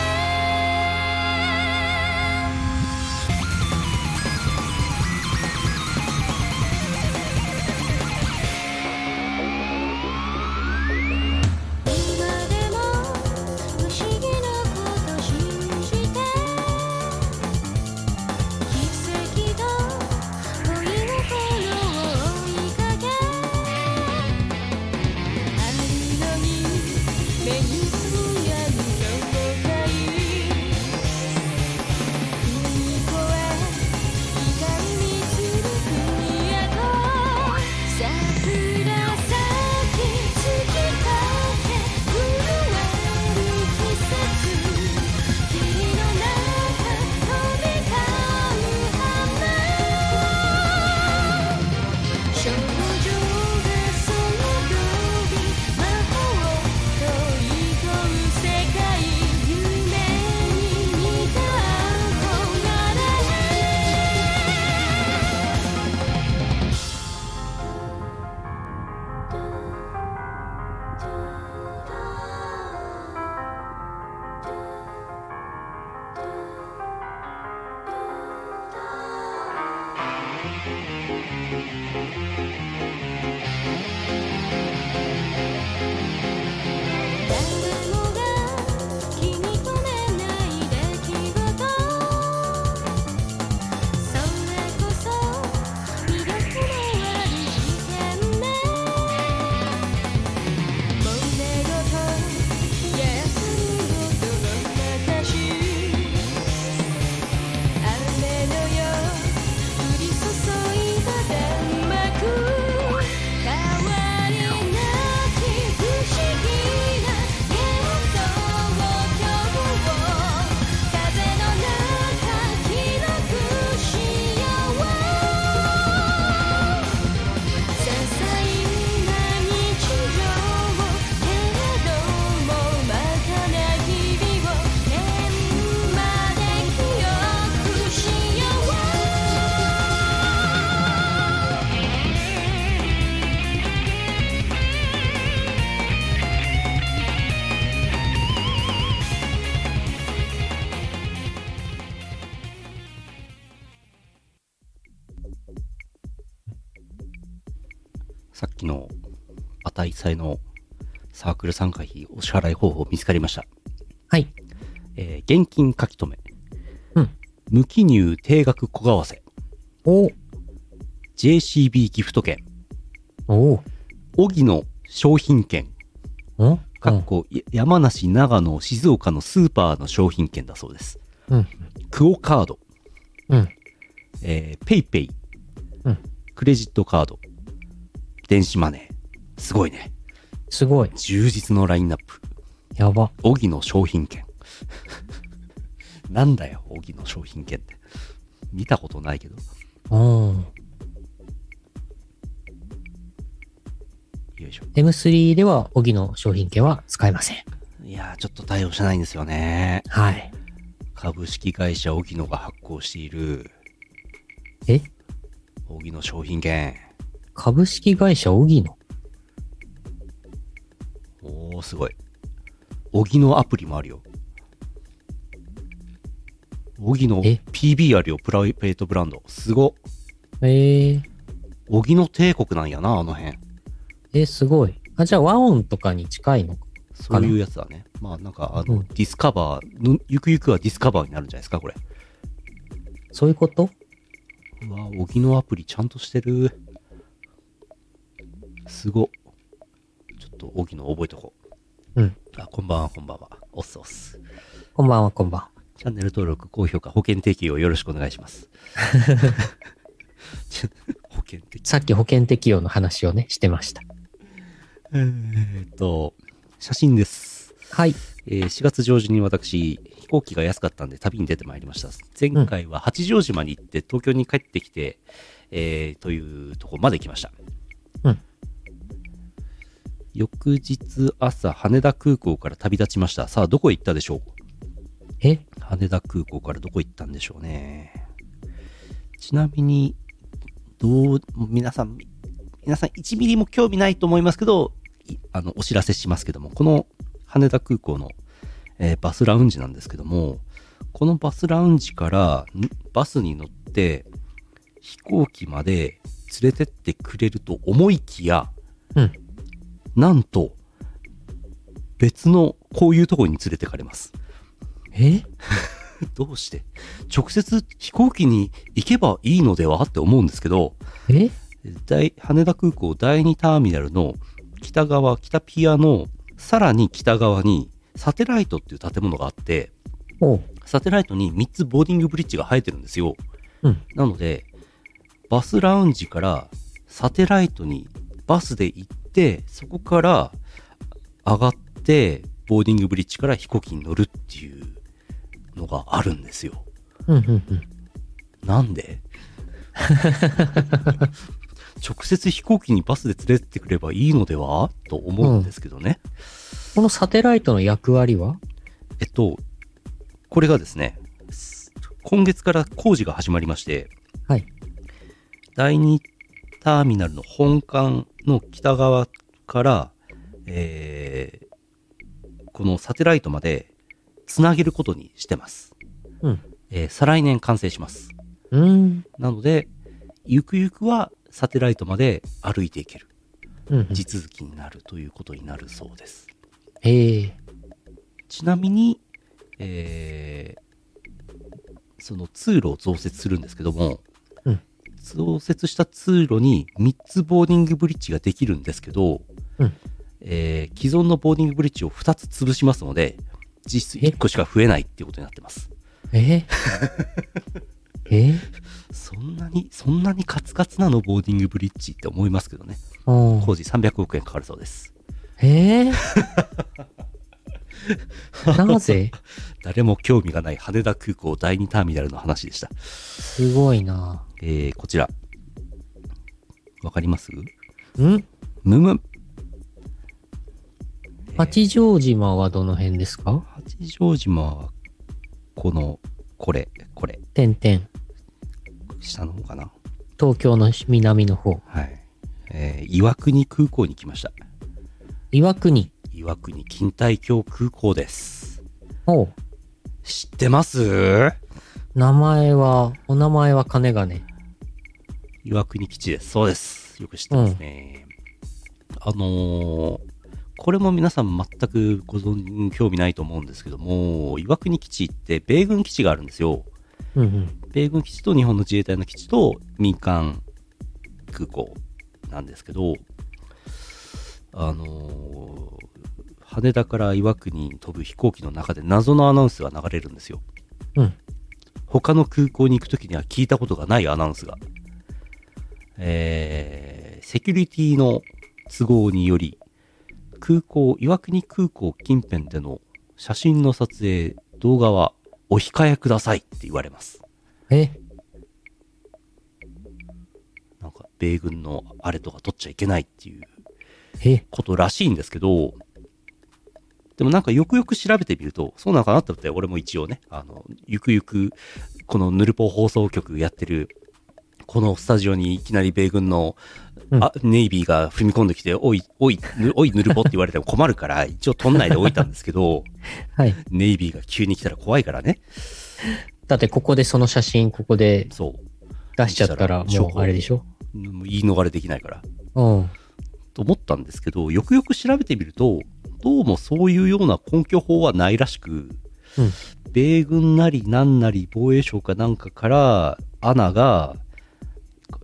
Speaker 2: さっきの値祭のサークル参加費お支払い方法見つかりました。
Speaker 1: はい。
Speaker 2: えー現金書き留め。
Speaker 1: うん
Speaker 2: 無記入定額小為替。
Speaker 1: お
Speaker 2: JCB ギフト券。
Speaker 1: お
Speaker 2: 荻野商品券。
Speaker 1: おん
Speaker 2: かっこ、や山梨、長野、静岡のスーパーの商品券だそうです。
Speaker 1: うん。
Speaker 2: クオカード。
Speaker 1: うん。
Speaker 2: えー、ペイペイ、
Speaker 1: うん
Speaker 2: クレジットカード、電子マネー。すごいね。
Speaker 1: すごい。
Speaker 2: 充実のラインナップ。
Speaker 1: やば。
Speaker 2: 荻野商品券。 なんだよ、荻野商品券って。見たことないけど。
Speaker 1: うん。
Speaker 2: よいしょ。
Speaker 1: M3 では、オギの商品券は使えません。
Speaker 2: いやー、ちょっと対応しないんですよね。
Speaker 1: はい。
Speaker 2: 株式会社荻野が発行している、
Speaker 1: え
Speaker 2: 荻野商品券。
Speaker 1: 株式会社オギの
Speaker 2: おー、すごい。荻野アプリもあるよ。荻野
Speaker 1: え
Speaker 2: PB あるよ、プライベートブランド。すごっ。
Speaker 1: えー、
Speaker 2: 荻野帝国なんやな、あの辺。
Speaker 1: え、すごい。あ、じゃあ、和音とかに近いのか。
Speaker 2: そういうやつだね。まあなんか、あ
Speaker 1: う
Speaker 2: の、
Speaker 1: ん
Speaker 2: ディスカバーの、ゆくゆくはディスカバーになるんじゃないですか、これ。
Speaker 1: そういうこと
Speaker 2: うわ、荻野アプリちゃんとしてる。すごっ。ちょっと荻野覚えとこう。
Speaker 1: うん。
Speaker 2: あ、こんばんは、こんばんは。おっすおっす。
Speaker 1: こんばんは、こんばんは。
Speaker 2: チャンネル登録、高評価、保険適用よろしくお願い します。ちょ保険適
Speaker 1: さっき保険適用の話をね、してました。
Speaker 2: 用。えーっと、写真です。
Speaker 1: はい。
Speaker 2: えー4月上旬に私、飛行機が安かったんで旅に出てまいりました。前回は八丈島に行って東京に帰ってきて、えーというとこまで来ました。
Speaker 1: うん
Speaker 2: 翌日朝、羽田空港から旅立ちました。さあ、どこへ行ったでしょう
Speaker 1: え
Speaker 2: 羽田空港からどこ行ったんでしょうね。ちなみに、どう、皆さん、皆さん1ミリも興味ないと思いますけど、いあの、お知らせしますけども、この羽田空港の、えーバスラウンジなんですけども、このバスラウンジからんバスに乗って飛行機まで連れてってくれると思いきや、
Speaker 1: うん
Speaker 2: なんと、別のこういうところに連れてかれます。
Speaker 1: え
Speaker 2: どうして直接飛行機に行けばいいのではって思うんですけど、
Speaker 1: え
Speaker 2: 大羽田空港第2ターミナルの北側、北ピアのさらに北側にサテライトっていう建物があって、
Speaker 1: おう。
Speaker 2: サテライトに3つボーディングブリッジが生えてるんですよ。
Speaker 1: うん
Speaker 2: なので、バスラウンジからサテライトにバスで行って、そこから上がって、ボーディングブリッジから飛行機に乗るっていうのがあるんですよ。
Speaker 1: うん、うん、うん。
Speaker 2: なん で直接飛行機にバスで連れてってくればいいのではと思うんですけどね、
Speaker 1: このサテライトの役割は
Speaker 2: えっと、これがですね、す今月から工事が始まりまして、
Speaker 1: はい
Speaker 2: 第2ターミナルの本館の北側から、えーこのサテライトまでつなげることにしてます。
Speaker 1: うん。
Speaker 2: えー再来年完成します。
Speaker 1: うーん。
Speaker 2: なので、ゆくゆくはサテライトまで歩いていける。
Speaker 1: うんうん。
Speaker 2: 地続きになるということになるそうです。
Speaker 1: えー。
Speaker 2: ちなみに、えーその通路を増設するんですけども、
Speaker 1: うん
Speaker 2: 増設した通路に3つボーディングブリッジができるんですけど、
Speaker 1: うん
Speaker 2: えー既存のボーディングブリッジを2つ潰しますので、実質1個しか増えないっていうことになってます。
Speaker 1: ええ
Speaker 2: そんなに、そんなにカツカツなのボーディングブリッジって思いますけどね。
Speaker 1: おう
Speaker 2: 工事300億円かかるそうです。
Speaker 1: えー、なぜ
Speaker 2: 誰も興味がない羽田空港第2ターミナルの話でした。
Speaker 1: すごいな。
Speaker 2: えー、こちら。わかります
Speaker 1: ん
Speaker 2: むむ。えー
Speaker 1: 八丈島はどの辺ですか
Speaker 2: 八丈島は、この、これ、これ、
Speaker 1: 点々。
Speaker 2: 下の方かな。
Speaker 1: 東京の南の方。
Speaker 2: はい。えー岩国空港に来ました。
Speaker 1: 岩国。
Speaker 2: 岩国錦帯橋空港です。
Speaker 1: おう
Speaker 2: 知ってます
Speaker 1: 名前は、お名前は金がね。
Speaker 2: 岩国基地です。そうです。よく知ってますね。あのーこれも皆さん全くご存興味ないと思うんですけども、岩国基地って米軍基地があるんですよ。
Speaker 1: うんうん。
Speaker 2: 米軍基地と日本の自衛隊の基地と民間空港なんですけど、あのー羽田から岩国に飛ぶ飛行機の中で謎のアナウンスが流れるんですよ。
Speaker 1: うん。
Speaker 2: 他の空港に行くときには聞いたことがないアナウンスが。えー、セキュリティの都合により、空港、岩国空港近辺での写真の撮影、動画はお控えくださいって言われます。
Speaker 1: え、
Speaker 2: なんか、米軍のあれとか取っちゃいけないっていう
Speaker 1: え、
Speaker 2: ことらしいんですけど、でもなんかよくよく調べてみると、そうなのかなって思って、俺も一応ね、あの、ゆくゆく、このヌルポ放送局やってる、このスタジオにいきなり米軍の、
Speaker 1: うん
Speaker 2: あネイビーが踏み込んできて、おい、おい、ぬおい、ヌルポって言われても困るから、一応取んないでおいたんですけど、
Speaker 1: はい。
Speaker 2: ネイビーが急に来たら怖いからね。
Speaker 1: だってここでその写真、ここで
Speaker 2: そう。
Speaker 1: 出しちゃったら、もうあれでしょ
Speaker 2: もう言い逃れできないから。
Speaker 1: うん。
Speaker 2: と思ったんですけど、よくよく調べてみると、どうもそういうような根拠法はないらしく、
Speaker 1: うん
Speaker 2: 米軍なりなんなり防衛省かなんかから、アナが、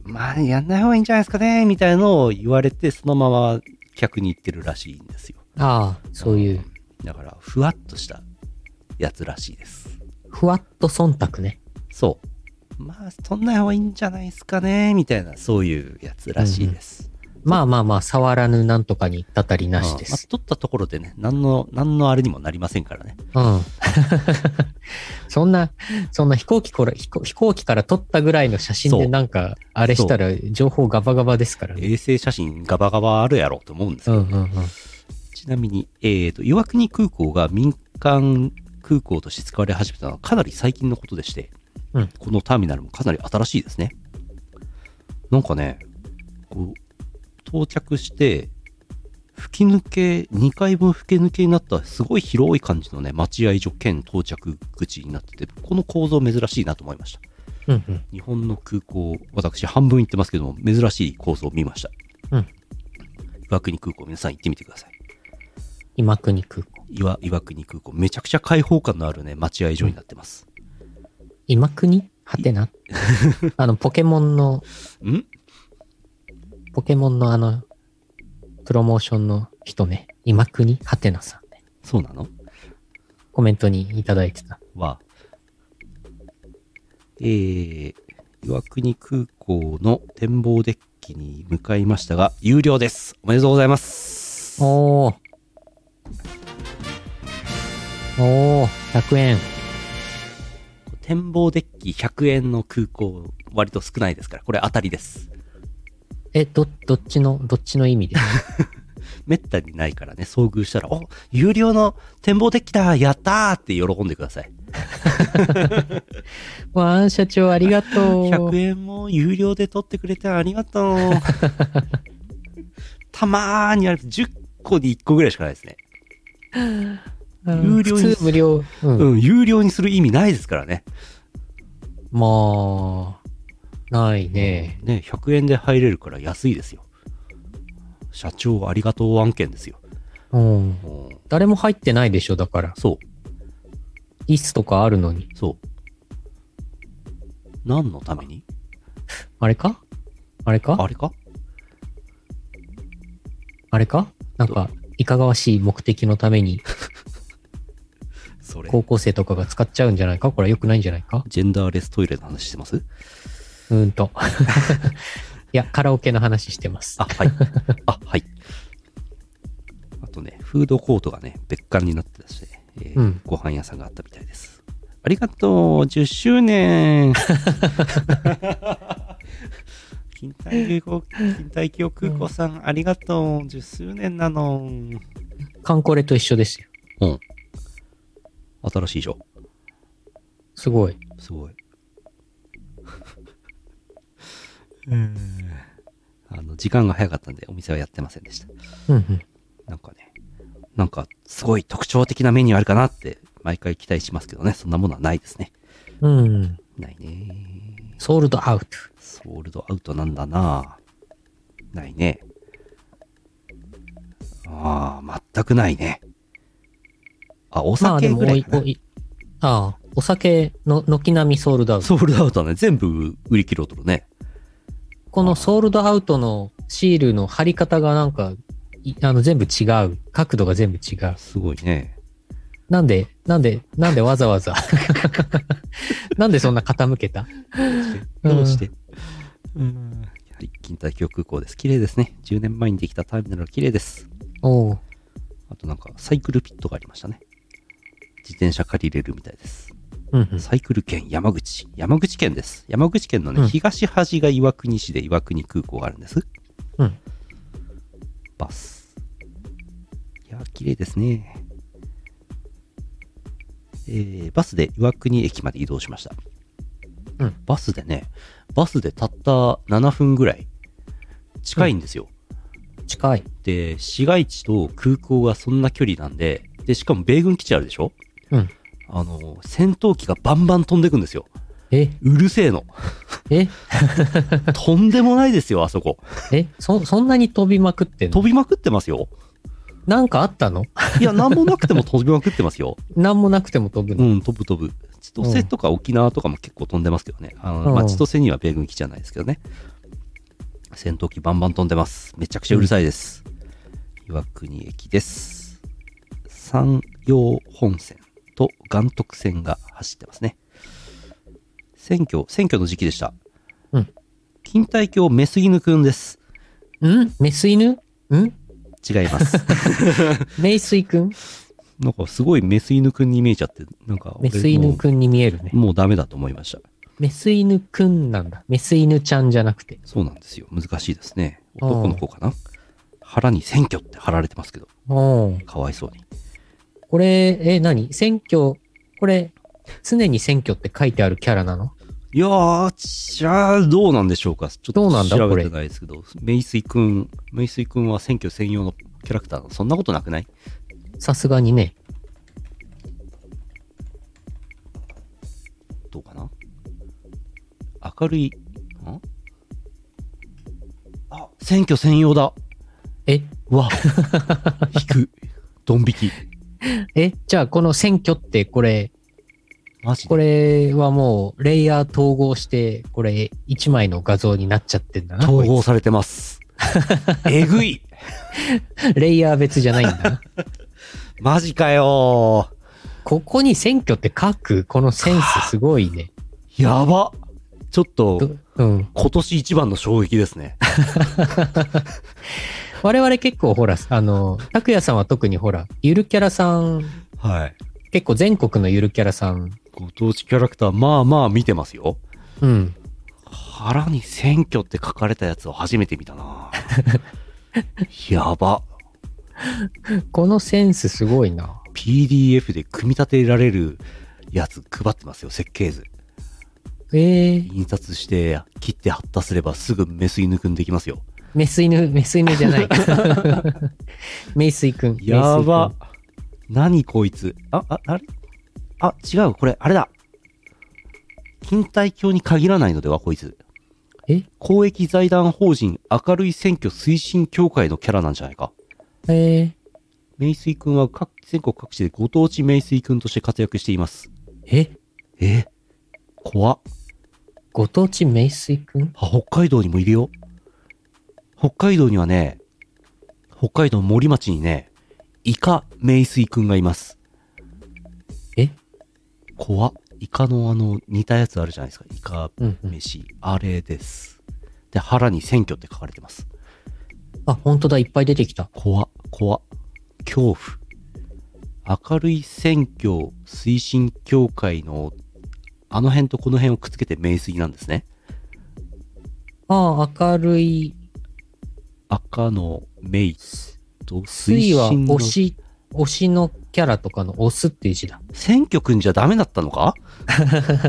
Speaker 2: まあ、やんない方がいいんじゃないですかね、みたいのを言われて、そのまま客に行ってるらしいんですよ。
Speaker 1: ああ、そういう、
Speaker 2: ん。だから、ふわっとしたやつらしいです。
Speaker 1: ふわっと忖度ね。
Speaker 2: そう。まあ、そんない方がいいんじゃないですかね、みたいな、そういうやつらしいです。
Speaker 1: まあまあまあ、触らぬなんとかにたたりなしで
Speaker 2: うんまあ
Speaker 1: す。
Speaker 2: 取ったところでね、何の、何のあれにもなりませんからね。
Speaker 1: うん。 そんな、そんな飛行機から、飛行飛行機から撮ったぐらいの写真
Speaker 2: そ
Speaker 1: で
Speaker 2: う
Speaker 1: なんか、あれしたら情報ガバガバですからね。
Speaker 2: 衛星写真ガバガバあるやろと思うんですけ
Speaker 1: うん
Speaker 2: ど、
Speaker 1: うんうん。
Speaker 2: ちなみに、えーと、岩国空港が民間空港として使われ始めたのはかなり最近のことでして、
Speaker 1: うん
Speaker 2: このターミナルもかなり新しいですね。なんかね、こう、到着して、吹き抜け、2階分吹き抜けになったすごい広い感じのね、待合所兼到着口になってて、この構造珍しいなと思いまし
Speaker 1: う
Speaker 2: た。
Speaker 1: んうん。
Speaker 2: 日本の空港、私半分行ってますけども、珍しい構想を見ました。
Speaker 1: うん。
Speaker 2: 岩国空港、皆さん行ってみてください。
Speaker 1: 今国空港。
Speaker 2: 岩岩国空港、めちゃくちゃ開放感のあるね、待合所になってます。
Speaker 1: 今国はて なあの、ポケモンの、
Speaker 2: ん
Speaker 1: ポケモンのあの、プロモーションの人ね。今国はてなさんね。
Speaker 2: そうなの
Speaker 1: コメントにいただいてた。
Speaker 2: は、えー、岩国空港の展望デッキに向かいましたが、有料です。おめでとうございます。
Speaker 1: おー。おー、100円。
Speaker 2: 展望デッキ100円の空港、割と少ないですから、これ当たりです。
Speaker 1: え、ど、どっちの、どっちの意味ですか
Speaker 2: めったにないからね、遭遇したら、お有料の展望デッキだやったーって喜んでください。
Speaker 1: わあ、社長ありがとう。
Speaker 2: 100円も有料で取ってくれてありがとう。 たまーにある。10個に1個ぐらいしかないですね。
Speaker 1: うん
Speaker 2: 有料に
Speaker 1: 普通無料。うん。
Speaker 2: うん、有料にする意味ないですからね。
Speaker 1: まあ、ないね。
Speaker 2: ね、100円で入れるから安いですよ。社長ありがとう案件ですよ。
Speaker 1: うん。
Speaker 2: うん
Speaker 1: 誰も入ってないでしょ、だから。
Speaker 2: そう。
Speaker 1: 椅子とかあるのに。
Speaker 2: そう。何のために
Speaker 1: あれかあれか
Speaker 2: あ
Speaker 1: あ
Speaker 2: れか
Speaker 1: れかなんか、いかがわしい目的のために、
Speaker 2: それ。
Speaker 1: 高校生とかが使っちゃうんじゃないかこれは良くないんじゃないか
Speaker 2: ジェンダーレストイレの話してます
Speaker 1: うーん と。いや、カラオケの話してます。
Speaker 2: あ、はい。あ、はい。あとね、フードコートがね、別館になってたして、えー
Speaker 1: うん
Speaker 2: ご飯屋さんがあったみたいです。ありがとう、10周年近代空港、近代京空港さん、ありがとう、10周年なの。
Speaker 1: カンコレと一緒ですよ。
Speaker 2: うん。新しいでしょ
Speaker 1: すごい。
Speaker 2: すごい。うん。あの、時間が早かったんで、お店はやってませんでした。
Speaker 1: うんうん。
Speaker 2: なんかね、なんかすごい特徴的なメニューあるかなって毎回期待しますけどね、そんなものはないですね。
Speaker 1: うん。
Speaker 2: ないね。
Speaker 1: ソールドアウト。
Speaker 2: ソールドアウトなんだなないね。ああ、全くないね。あ、お
Speaker 1: まあで
Speaker 2: 酒
Speaker 1: も
Speaker 2: ぐらいかな
Speaker 1: おいああ、お酒の軒並みソールドアウト。
Speaker 2: ソールドアウトだね。全部売り切ろうとるね。
Speaker 1: このソールドアウトのシールの貼り方がなんか、いあの全部違う。角度が全部違う。
Speaker 2: すごいね。
Speaker 1: なんで、なんで、なんでわざわ ざ。なんでそんな傾けた
Speaker 2: どうしてうん。はい、錦帯橋空港です。綺麗ですね。10年前にできたターミナルは綺麗です。
Speaker 1: おう
Speaker 2: あとなんか、サイクルピットがありましたね。自転車借りれるみたいです。
Speaker 1: うんうん。
Speaker 2: サイクル圏山口。山口県です。山口県のね、
Speaker 1: うん
Speaker 2: 東端が岩国市で岩国空港があるんです。
Speaker 1: うん。
Speaker 2: バス。いやー、綺麗ですね。えーバスで岩国駅まで移動しました。
Speaker 1: うん
Speaker 2: バスでね、バスでたった7分ぐらい近いんですよ。
Speaker 1: 近い。
Speaker 2: で、市街地と空港がそんな距離なんで、で、しかも米軍基地あるでしょ
Speaker 1: うん。
Speaker 2: あの、戦闘機がバンバン飛んでくんですよ。
Speaker 1: え、
Speaker 2: うるせえの。
Speaker 1: え、
Speaker 2: とんでもないですよ、あそこ。
Speaker 1: え、そ、そんなに飛びまくってんの
Speaker 2: 飛びまくってますよ。
Speaker 1: なんかあったの
Speaker 2: いや、なんもなくても飛びまくってますよ。
Speaker 1: なんもなくても飛ぶ
Speaker 2: う
Speaker 1: の。
Speaker 2: ん、飛ぶ飛ぶ。千歳とか沖縄とかも結構飛んでますけどね。あのまあ、
Speaker 1: うん
Speaker 2: 千歳には米軍基地じゃないですけどね。戦闘機バンバン飛んでます。めちゃくちゃうるさいです。岩国駅です。山陽本線と岩徳線が走ってますね。選挙、選挙の時期でした。
Speaker 1: うん。
Speaker 2: 錦帯橋メス犬くんです。
Speaker 1: んメス犬ん
Speaker 2: 違い ます。
Speaker 1: メイスイくん
Speaker 2: なんかすごいメス犬くんに見えちゃって、なんか
Speaker 1: メス犬くんに見えるね
Speaker 2: も。うもうダメだと思いました。
Speaker 1: メス犬くんなんだ。メス犬ちゃんじゃなくて。
Speaker 2: そうなんですよ。難しいですね。
Speaker 1: うん
Speaker 2: 男の子かな腹に選挙って貼られてますけど、
Speaker 1: おう
Speaker 2: かわいそうに。
Speaker 1: これ、え、何選挙、これ、常に選挙って書いてあるキャラなの
Speaker 2: いやー、じゃあ、どうなんでしょうか。ちょっ
Speaker 1: どうなんだ
Speaker 2: と調べて
Speaker 1: これ
Speaker 2: ないですけど、メイスイくん、メイスイくんは選挙専用のキャラクターなのそんなことなくない
Speaker 1: さすがにね。
Speaker 2: どうかな明るい、んあ、選挙専用だ。
Speaker 1: え、
Speaker 2: う わ、引く。ドン引き。
Speaker 1: え、じゃあこの選挙ってこれ、
Speaker 2: マジで
Speaker 1: これはもうレイヤー統合して、これ1枚の画像になっちゃってんだな。
Speaker 2: 統合
Speaker 1: こ
Speaker 2: されて ます。えぐい
Speaker 1: いつレイヤー別じゃないんだな。
Speaker 2: マジかよ
Speaker 1: ここに選挙って書く、このセンスすごいね。
Speaker 2: ーやばちょっと
Speaker 1: ど、うん。
Speaker 2: 今年一番の衝撃ですね。
Speaker 1: 我々結構ほら、あの、拓也さんは特にほら、ゆるキャラさん、
Speaker 2: はい。
Speaker 1: 結構全国のゆるキャラさん、
Speaker 2: ご当地キャラクター、まあまあ見てますよ。
Speaker 1: うん。
Speaker 2: 腹に選挙って書かれたやつを初めて見た なやば。
Speaker 1: このセンスすごいな。
Speaker 2: PDF で組み立てられるやつ配ってますよ、設計図。
Speaker 1: えー、
Speaker 2: 印刷して、切って貼ったすればすぐメス犬くんできますよ。
Speaker 1: メス犬、メス犬じゃ ない。メイスイ君。
Speaker 2: やば
Speaker 1: メイスイ君。
Speaker 2: 何こいつ。あ、あ、あれあ、違う、これ、あれだ。錦帯橋に限らないのでは、こいつ。
Speaker 1: え
Speaker 2: 公益財団法人明るい選挙推進協会のキャラなんじゃないか。
Speaker 1: え
Speaker 2: 名水くんは各全国各地でご当地名水くんとして活躍しています。
Speaker 1: ー、え
Speaker 2: え怖っ。
Speaker 1: ご当地名水くん
Speaker 2: あ、北海道にもいるよ。北海道にはね、北海道森町にね、イカ名水くんがいます。
Speaker 1: え
Speaker 2: 怖っ。イカのあの、似たやつあるじゃないですか。イカ
Speaker 1: うんうん。
Speaker 2: 飯。あれです。で、腹に選挙って書かれてます。
Speaker 1: あ、本当だ、いっぱい出てきた。
Speaker 2: 怖っ、怖っ。恐怖。明るい選挙推進協会の、あの辺とこの辺をくっつけて名水なんですね。
Speaker 1: ああ、明るい。
Speaker 2: 赤のメイと推
Speaker 1: 水は
Speaker 2: 進の
Speaker 1: 推し、推しのキャラとかの推すっていう字だ。
Speaker 2: 選挙くんじゃダメだったのか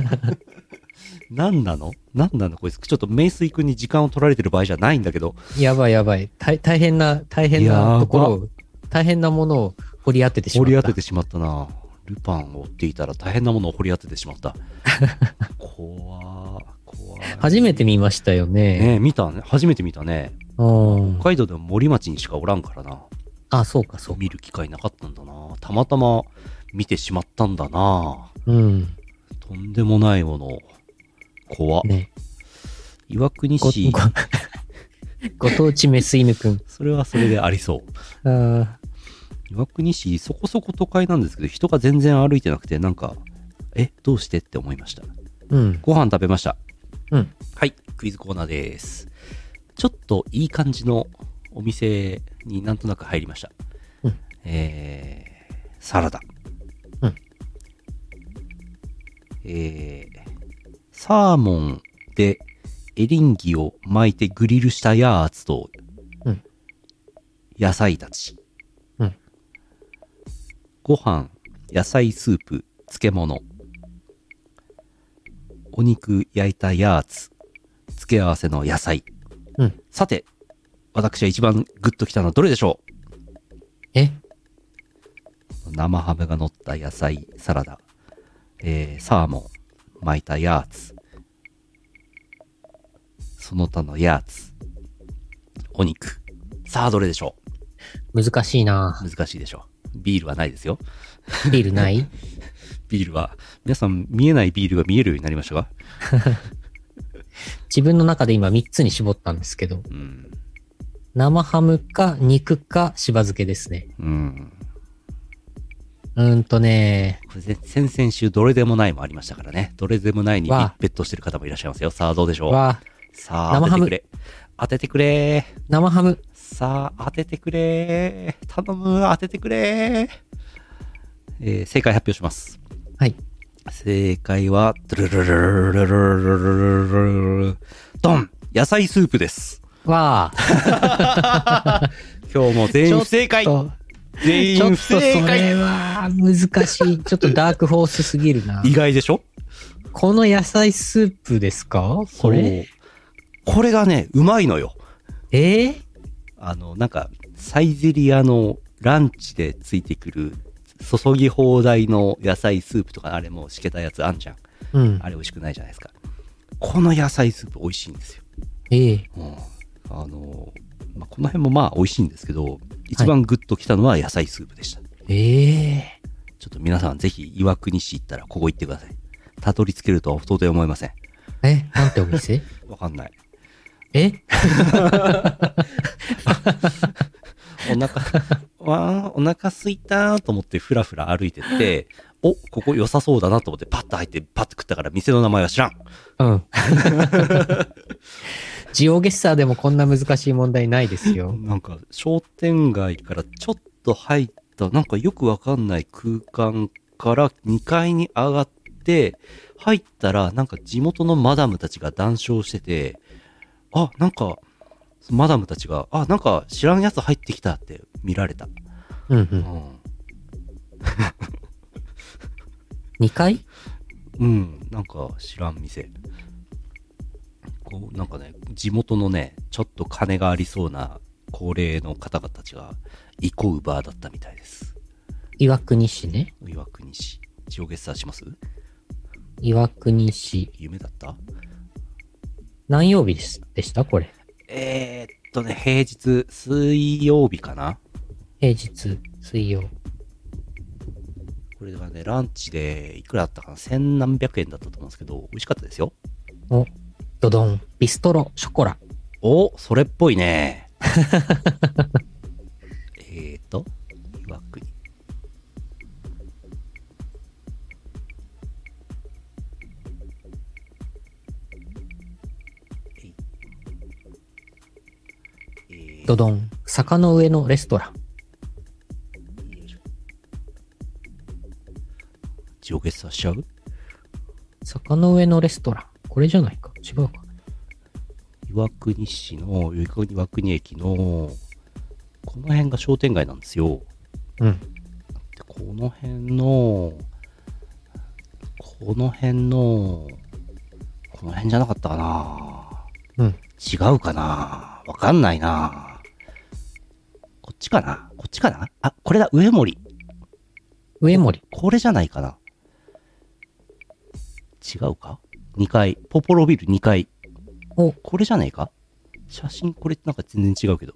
Speaker 2: 何なの何なのこいつ。ちょっと名水くんに時間を取られてる場合じゃないんだけど。
Speaker 1: やばいやばい。大大変な、大変
Speaker 2: やば
Speaker 1: なところを、大変なものを掘り当ててしま
Speaker 2: 掘
Speaker 1: った。
Speaker 2: り当ててしまったな。ルパンを追っていたら大変なものを掘り当ててし まった。怖ー怖い。
Speaker 1: 初めて見ましたよね。
Speaker 2: ねえ見たね。初めて見たね。
Speaker 1: うん
Speaker 2: 北。海道でも森町にしかおらんからな。
Speaker 1: あ、そうか、そうか。
Speaker 2: 見る機会なかったんだなたまたま見てしまったんだな
Speaker 1: うん。
Speaker 2: とんでもないもの怖っ
Speaker 1: ね。
Speaker 2: 岩国
Speaker 1: ご
Speaker 2: 市
Speaker 1: ご ご当地メス犬くん。
Speaker 2: それはそれでありそう
Speaker 1: あー
Speaker 2: 岩国市そこそこ都会なんですけど人が全然歩いてなくてなんかえどうしてって思いました
Speaker 1: うん。
Speaker 2: ご飯食べました
Speaker 1: うん
Speaker 2: はいクイズコーナーですちょっといい感じのお店になんとなく入りました、
Speaker 1: うん
Speaker 2: えー、サラダ
Speaker 1: うん
Speaker 2: えー、サーモンでエリンギを巻いてグリルしたやつと、
Speaker 1: うん
Speaker 2: 野菜たち、
Speaker 1: うん
Speaker 2: ご飯野菜スープ漬物お肉焼いたやつ、付け合わせの野菜。
Speaker 1: うん
Speaker 2: さて、私は一番グッときたのはどれでしょ
Speaker 1: え
Speaker 2: う生ハムが乗った野菜サラダ、えー、サーモン、巻いたやつ、その他のやつ、お肉。さあ、どれでしょ
Speaker 1: 難しいな
Speaker 2: う難しいでしょう。ビールはないですよ。
Speaker 1: ビールない
Speaker 2: ビールは、皆さん見えないビールが見えるようになりましたか
Speaker 1: 自分の中で今3つに絞ったんですけど、
Speaker 2: うん。
Speaker 1: 生ハムか肉かしば漬けですね。
Speaker 2: うん。
Speaker 1: うーんとね、
Speaker 2: これぜ先々週どれでもないもありましたからね。どれでもないに
Speaker 1: わあ
Speaker 2: ベットしてる方もいらっしゃいますよ。さあどうでしょう。
Speaker 1: は、
Speaker 2: さあ
Speaker 1: 生
Speaker 2: 当て
Speaker 1: ハ
Speaker 2: て
Speaker 1: ム
Speaker 2: くれ。当ててくれ。
Speaker 1: 生ハム、
Speaker 2: さあ当ててくれ。頼む、当ててくれ。えー正解発表します。
Speaker 1: はい。
Speaker 2: 正解は、ドゥルルルルルルルルルルドン野菜スープです。
Speaker 1: は、
Speaker 2: 今日も全員不正解
Speaker 1: ちょっと
Speaker 2: 全
Speaker 1: ちょっと
Speaker 2: 員不
Speaker 1: そ
Speaker 2: 正解
Speaker 1: れは難し い。ちょっとダークホースすぎるな
Speaker 2: 意。外でしょ
Speaker 1: この野菜スープですかこれ
Speaker 2: そうこれがね、うまいのよ。
Speaker 1: えー
Speaker 2: あの、なんか、サイゼリアのランチでついてくる、注ぎ放題の野菜スープとか、あれもうしけたやつあんじゃん。
Speaker 1: うん
Speaker 2: あ。れ美味しくないじゃないですか。この野菜スープ美味しいんですよ。
Speaker 1: ええ
Speaker 2: うんあの、まあ、この辺もまあ美味しいんですけど、一番グッときたのは野菜スープでした。
Speaker 1: ええ
Speaker 2: ちょっと皆さんぜひ岩国市行ったらここ行ってください。たどり着けるとは到底思いません。
Speaker 1: え、なんてお店
Speaker 2: わかんない。
Speaker 1: え
Speaker 2: お腹、わあ、お腹すいたーと思ってふらふら歩いて って、お、ここ良さそうだなと思ってパッと入ってパッと食ったから店の名前は知らん。
Speaker 1: うん。ジオゲッサーでもこんな難しい問題ないですよ。
Speaker 2: なんか商店街からちょっと入った、なんかよくわかんない空間から2階に上がって、入ったらなんか地元のマダムたちが談笑してて、あ、なんか、マダムたちが、あ、なんか知らんやつ入ってきたって見られた。
Speaker 1: うんう。
Speaker 2: うんん。
Speaker 1: 2階
Speaker 2: うん、なんか知らん店。こう、なんかね、地元のね、ちょっと金がありそうな高齢の方々たちが、イコウバーだったみたいです。
Speaker 1: 岩国市ね。
Speaker 2: 岩国市。上下さします
Speaker 1: 岩国市。
Speaker 2: 夢だった
Speaker 1: 何曜日ですでしたこれ。
Speaker 2: えー、っとね、平日、水曜日かな
Speaker 1: 平日、水曜。
Speaker 2: これがね、ランチでいくらだったかな千何百円だったと思うんですけど、美味しかったですよ。
Speaker 1: お、ドドン。ビストロ、ショコラ。
Speaker 2: おそれっぽいね。えーと、岩国。えいえー
Speaker 1: ドドン。坂の上のレストラン。
Speaker 2: よいしょ上下さしちゃう
Speaker 1: 坂の上のレストラン。これじゃないか。違うか。
Speaker 2: 岩国市の、岩国岩国駅の、この辺が商店街なんですよ。
Speaker 1: うん。
Speaker 2: でこの辺のこの辺のこの辺じゃなかったか
Speaker 1: う
Speaker 2: な
Speaker 1: ん。
Speaker 2: 違うかなわかんないなこっちかなこっちかなあこれだ上森
Speaker 1: 上森。
Speaker 2: これじゃないかな違うか ?2 階ポポロビル2階
Speaker 1: お
Speaker 2: これじゃないか写真これなんか全然違うけど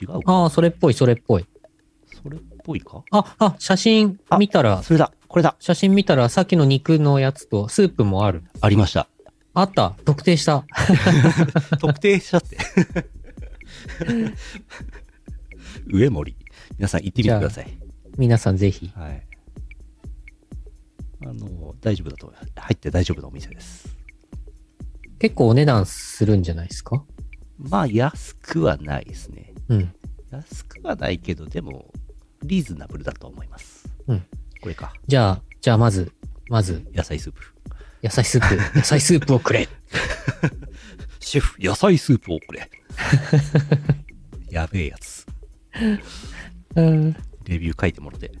Speaker 2: 違うか
Speaker 1: ああ、それっぽい、それっぽい。
Speaker 2: それっぽいか
Speaker 1: あ、あ、写真
Speaker 2: あ
Speaker 1: 見たら、
Speaker 2: それだこれだ
Speaker 1: 写真見たらさっきの肉のやつとスープもある。
Speaker 2: あり ました。
Speaker 1: あった、特定した。
Speaker 2: 特定しちゃって。上森。皆さん行ってみてください。
Speaker 1: 皆さんぜひ。
Speaker 2: はい。あの、大丈夫だと思います。入って大丈夫なお店です。
Speaker 1: 結構お値段するんじゃないですか
Speaker 2: まあ、安くはないですね。
Speaker 1: うん。
Speaker 2: 安くはないけど、でも、リーズナブルだと思います。
Speaker 1: うん。
Speaker 2: これか。
Speaker 1: じゃあ、じゃあまず、まず、
Speaker 2: 野菜スープ。
Speaker 1: 野菜スー プ、野菜スープをくれ。
Speaker 2: シェフ、野菜スープをくれ。やべえやつ。
Speaker 1: うん。
Speaker 2: レビュー書いてもらって、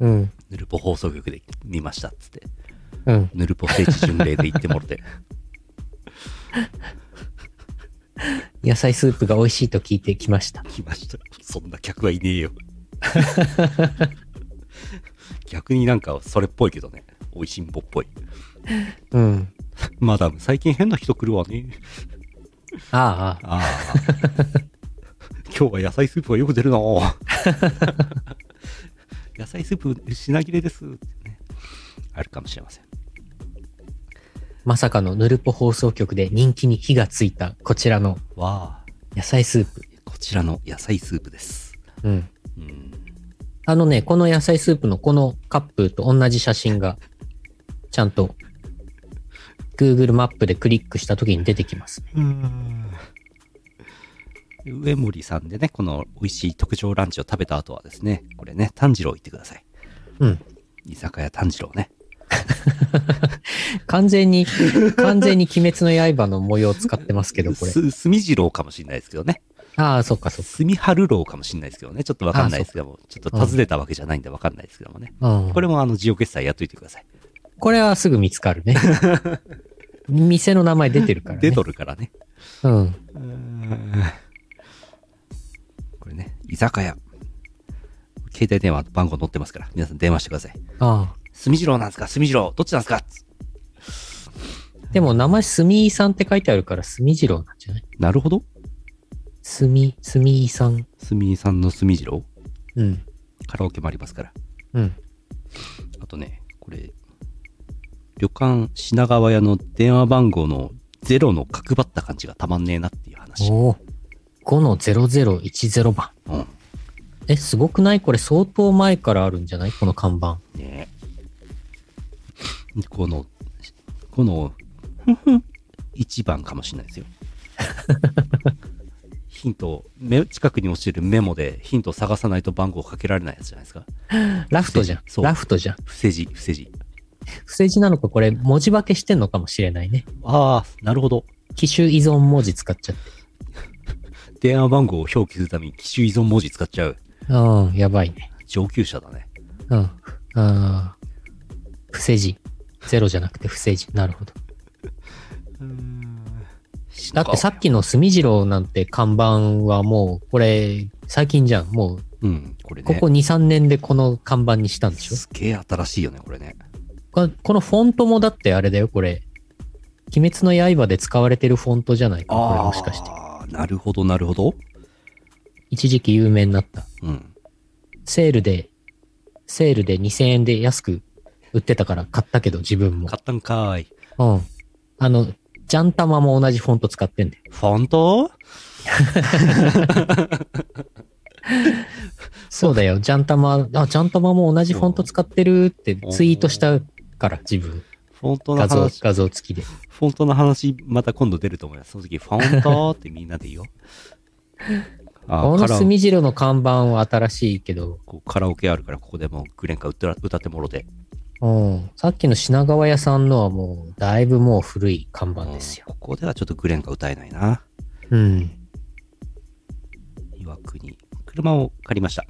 Speaker 1: うん。
Speaker 2: ヌルポ放送局で見ましたっつって。
Speaker 1: うん。
Speaker 2: ヌルポ聖地巡礼で行ってもらって。
Speaker 1: 野菜スープが美味しいと聞いてきました。
Speaker 2: 来ました。そんな客はいねえ よ。逆になんかそれっぽいけどね。おいしんぼっぽい。
Speaker 1: うん。
Speaker 2: マダム、最近変な人来るわね。
Speaker 1: ああ、ああ
Speaker 2: ああ。今日は野菜スープがよく 出るな。野菜スープ品切れです、ね。あるかもしれません。
Speaker 1: まさかのヌルポ放送局で人気に火がついたこちらの
Speaker 2: わあ。
Speaker 1: 野菜スープ。
Speaker 2: こちらの野菜スープです。
Speaker 1: うん。
Speaker 2: うん。
Speaker 1: あのね、この野菜スープのこのカップと同じ写真が、ちゃんと Google マップでクリックした時に出てきます。
Speaker 2: 上森さんでね、この美味しい特上ランチを食べた後はですね、これね、炭治郎行ってください。
Speaker 1: うん。
Speaker 2: 居酒屋炭治郎ね。
Speaker 1: 完全に、完全に鬼滅の刃の模様を使ってますけど、これ。
Speaker 2: す、墨次郎かもしれないですけどね。
Speaker 1: ああ、そっかそっ
Speaker 2: 墨春郎かもしれないですけどね。ちょっとわかんないですけども。ちょっと訪ねたわけじゃないんでわかんないですけどもね。
Speaker 1: か。うん。
Speaker 2: こ
Speaker 1: これ
Speaker 2: れもあの、ジオ決済やっといてください。
Speaker 1: これはすぐ見つかるね。 店の名前出てるからね。
Speaker 2: 出とるからね。
Speaker 1: うん。
Speaker 2: これね、居酒屋。携帯電話の番号載ってますから、皆さん電話してください。
Speaker 1: あ
Speaker 2: 墨次郎なんですか墨次郎どっちなんですか
Speaker 1: あ。でも名前、すみいさんって書いてあるから、すみじろうなんじゃない
Speaker 2: なるほど。
Speaker 1: すみ、すみいさん。
Speaker 2: すみさんのすみじろう
Speaker 1: うん。
Speaker 2: カラオケもありますから。
Speaker 1: うん。
Speaker 2: あとね、これ、旅館品川屋の電話番号のゼロの角張った感じがたまんねえなっていう話。
Speaker 1: おお。5の0010番。
Speaker 2: うん。
Speaker 1: え、すごくないこれ相当前からあるんじゃないこの看板。
Speaker 2: ねえ。この、この、1番かもしれない ですよ。ヒントをめ、近くに落ちてるメモでヒントを探さないと番号かけられないやつじゃないですか。
Speaker 1: ラフトじゃん。
Speaker 2: そう
Speaker 1: ラフトじゃん。
Speaker 2: 伏せ字、伏せ字。
Speaker 1: 不正字なのかこれ文字化けしてんのかもしれないね。
Speaker 2: ああ、なるほど。
Speaker 1: 機種依存文字使っちゃって。
Speaker 2: 電話番号を表記するために機種依存文字使っちゃう。
Speaker 1: うん、やばいね。
Speaker 2: 上級者だね。
Speaker 1: うん。あー不正字。ゼロじゃなくて不正字。なるほど。だってさっきの墨次郎なんて看板はもう、これ、最近じゃん。もう、
Speaker 2: うん、これね。
Speaker 1: ここ2、3年でこの看板にしたんでしょ
Speaker 2: すげえ新しいよね、これね。
Speaker 1: ここのフォントもだってあれだよ、これ。鬼滅の刃で使われてるフォントじゃないかな、これもしかして。
Speaker 2: あーなるほど、なるほど。
Speaker 1: 一時期有名になった。
Speaker 2: うん。
Speaker 1: セールで、セールで2000円で安く売ってたから買ったけど、自分も
Speaker 2: 買。ったんかーい。
Speaker 1: うん。あの、ジャンタマも同じフォント使ってんだよ。
Speaker 2: フォント
Speaker 1: そうだよ、ジャンタマ、あ、ジャンタマも同じフォント使ってるってツイートしたから、自分。
Speaker 2: フォントの
Speaker 1: 画像、
Speaker 2: 話、
Speaker 1: 画像付きで。
Speaker 2: フォントの話、また今度出ると思います。その時、フォントってみんな で言おう。あ
Speaker 1: こ
Speaker 2: ー、カ
Speaker 1: の
Speaker 2: ラ
Speaker 1: 墨白の看板は新しいけど、
Speaker 2: こうカラオケあるから、ここでもうグレンカ歌歌ってもろて。
Speaker 1: うん。さっきの品川屋さんのはもう、だいぶもう古い看板ですよ。
Speaker 2: うんここではちょっとグレンカ歌えないな。
Speaker 1: うん。
Speaker 2: 岩国。車を借りました。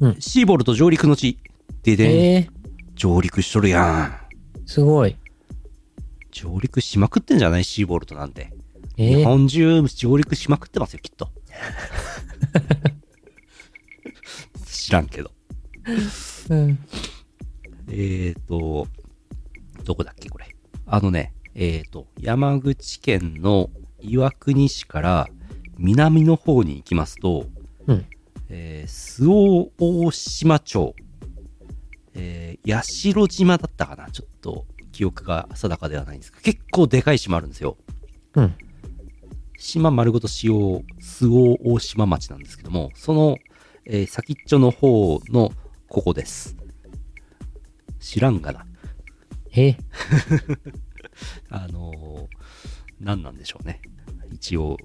Speaker 1: うん
Speaker 2: シーボルト上陸の地。ででん、
Speaker 1: ええ
Speaker 2: 上陸しとるやん。
Speaker 1: すごい。
Speaker 2: 上陸しまくってんじゃないシーボルトなんて。
Speaker 1: え
Speaker 2: 日
Speaker 1: え
Speaker 2: 本中上陸しまくってますよ、きっ と。知らんけど。
Speaker 1: うん。
Speaker 2: えーと、どこだっけ、これ。あのね、えーと、山口県の岩国市から南の方に行きますと、
Speaker 1: うん
Speaker 2: えー、周防大島町、えー、八代島だったかなちょっと記憶が定かではないんですけど、結構でかい島あるんですよ。
Speaker 1: うん。
Speaker 2: 島丸ごと使用、周防大島町なんですけども、その、えー先っちょの方のここです。知らんがな。
Speaker 1: え、
Speaker 2: あのー何なんでしょうね。一応、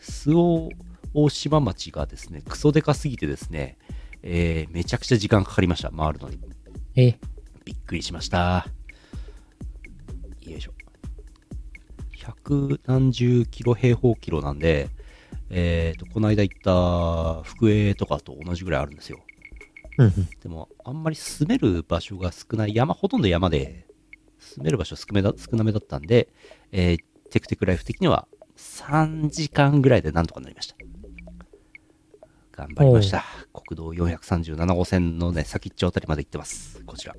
Speaker 2: 周防大島町がですね、クソデカすぎてですね、えーめちゃくちゃ時間かかりました、回るのに。
Speaker 1: え、
Speaker 2: びっくりしました。よいしょ。百何十キロ平方キロなんで、えっ、と、この間行った福江とかと同じぐらいあるんですよ。
Speaker 1: うんうん。
Speaker 2: でも、あんまり住める場所が少ない、山、ほとんど山で、住める場所少めだ少なめだったんで、えーテクテクライフ的には3時間ぐらいでなんとかなりました。頑張りました。国道437号線のね、先っちょあたりまで行ってます。こちら。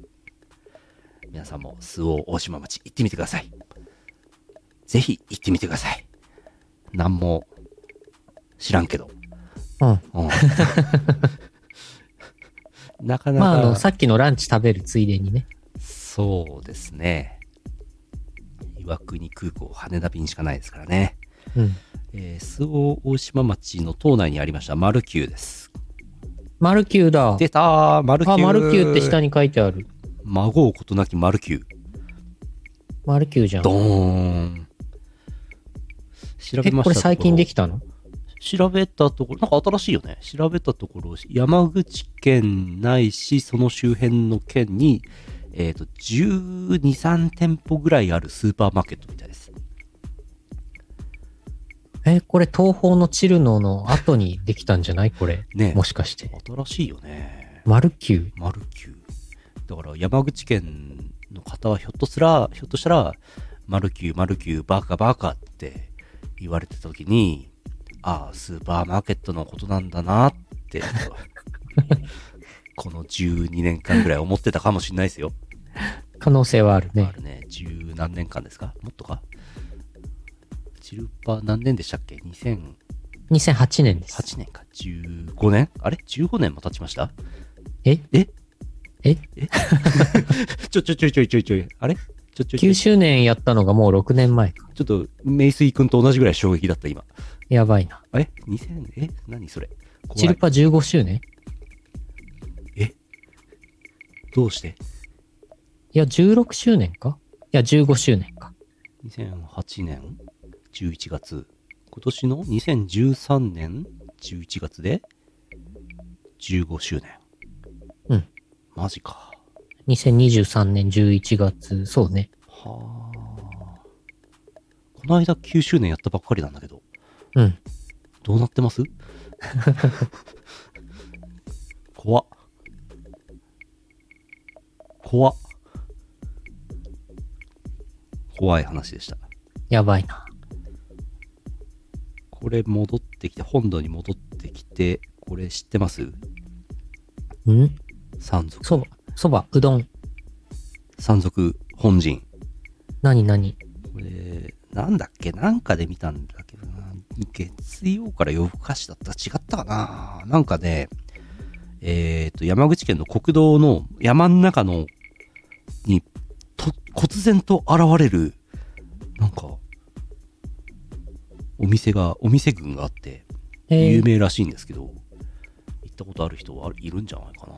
Speaker 2: 皆さんも、周防大島町行ってみてください。ぜひ行ってみてください。なんも知らんけど。
Speaker 1: うん
Speaker 2: うんなかなか、
Speaker 1: まあ、あの、さっきのランチ食べるついでにね。
Speaker 2: そうですね。岩国空港、羽田便しかないですからね。
Speaker 1: うん。
Speaker 2: えー、周防大島町の島内にありました、マルキューです。
Speaker 1: マルキューだ。
Speaker 2: 出たー、マルキュ
Speaker 1: あ、
Speaker 2: ー。
Speaker 1: マルキューって下に書いてある。
Speaker 2: 孫をことなきマルキュー。
Speaker 1: マルキューじゃん。
Speaker 2: ドーン。調べ
Speaker 1: え、
Speaker 2: ました
Speaker 1: これ最近でき
Speaker 2: た
Speaker 1: たの
Speaker 2: 調べたところ、なんか新しいよね。調べたところ、山口県ないし、その周辺の県に、えっ、と、12、3店舗ぐらいあるスーパーマーケットみたいです。
Speaker 1: え、これ東方のチルノの後にできたんじゃないこれ。
Speaker 2: ねえ
Speaker 1: もしかして。
Speaker 2: 新しいよね。
Speaker 1: マルキュー。
Speaker 2: マルキュー。だから山口県の方はひょっとすら、ひょっとしたら、マルキュー、マルキュー、バカバカって言われてた時に、ああ、スーパーマーケットのことなんだなって、この12年間ぐらい思ってたかもしれないですよ。
Speaker 1: 可能性はある
Speaker 2: あ
Speaker 1: ね。
Speaker 2: るね。十何年間ですかもっとか。チルパ何年でしたっけ ?2008
Speaker 1: 2008年です。
Speaker 2: 年か。15年あれ ?15 年も経ちました
Speaker 1: え
Speaker 2: え
Speaker 1: え
Speaker 2: ちょちょちょちょちょちょ。あれちょちょちょ。
Speaker 1: ?9 周年やったのがもう6年前か。
Speaker 2: ちょっと、名水君と同じぐらい衝撃だった今。
Speaker 1: やばいな。
Speaker 2: あれ ?2000? え何それ怖い
Speaker 1: チルパ15周年
Speaker 2: どうして
Speaker 1: いや、16周年かいや、15周年か。
Speaker 2: ?2008 年11月。今年の2013年11月で15周年。
Speaker 1: うん。
Speaker 2: マジか。
Speaker 1: 2023年11月、そうね。
Speaker 2: はあ。この間9周年やったばっかりなんだけど、
Speaker 1: うん。
Speaker 2: どうなってます怖っ。怖っ。怖い話でした。
Speaker 1: やばいな。
Speaker 2: これ戻ってきて、本土に戻ってきて、これ知ってます
Speaker 1: うん
Speaker 2: 山賊。
Speaker 1: そば、そば、うどん。
Speaker 2: 山賊本陣。
Speaker 1: なになに
Speaker 2: これ、なんだっけなんかで見たんだけどな。月曜から夜更かしだった違ったかななんかね、えっ、と、山口県の国道の山ん中の、に、と、忽然と現れる、なんか、お店が、お店群があって、
Speaker 1: え
Speaker 2: 有
Speaker 1: ー、
Speaker 2: 名らしいんですけど、行ったことある人はいるんじゃないかな。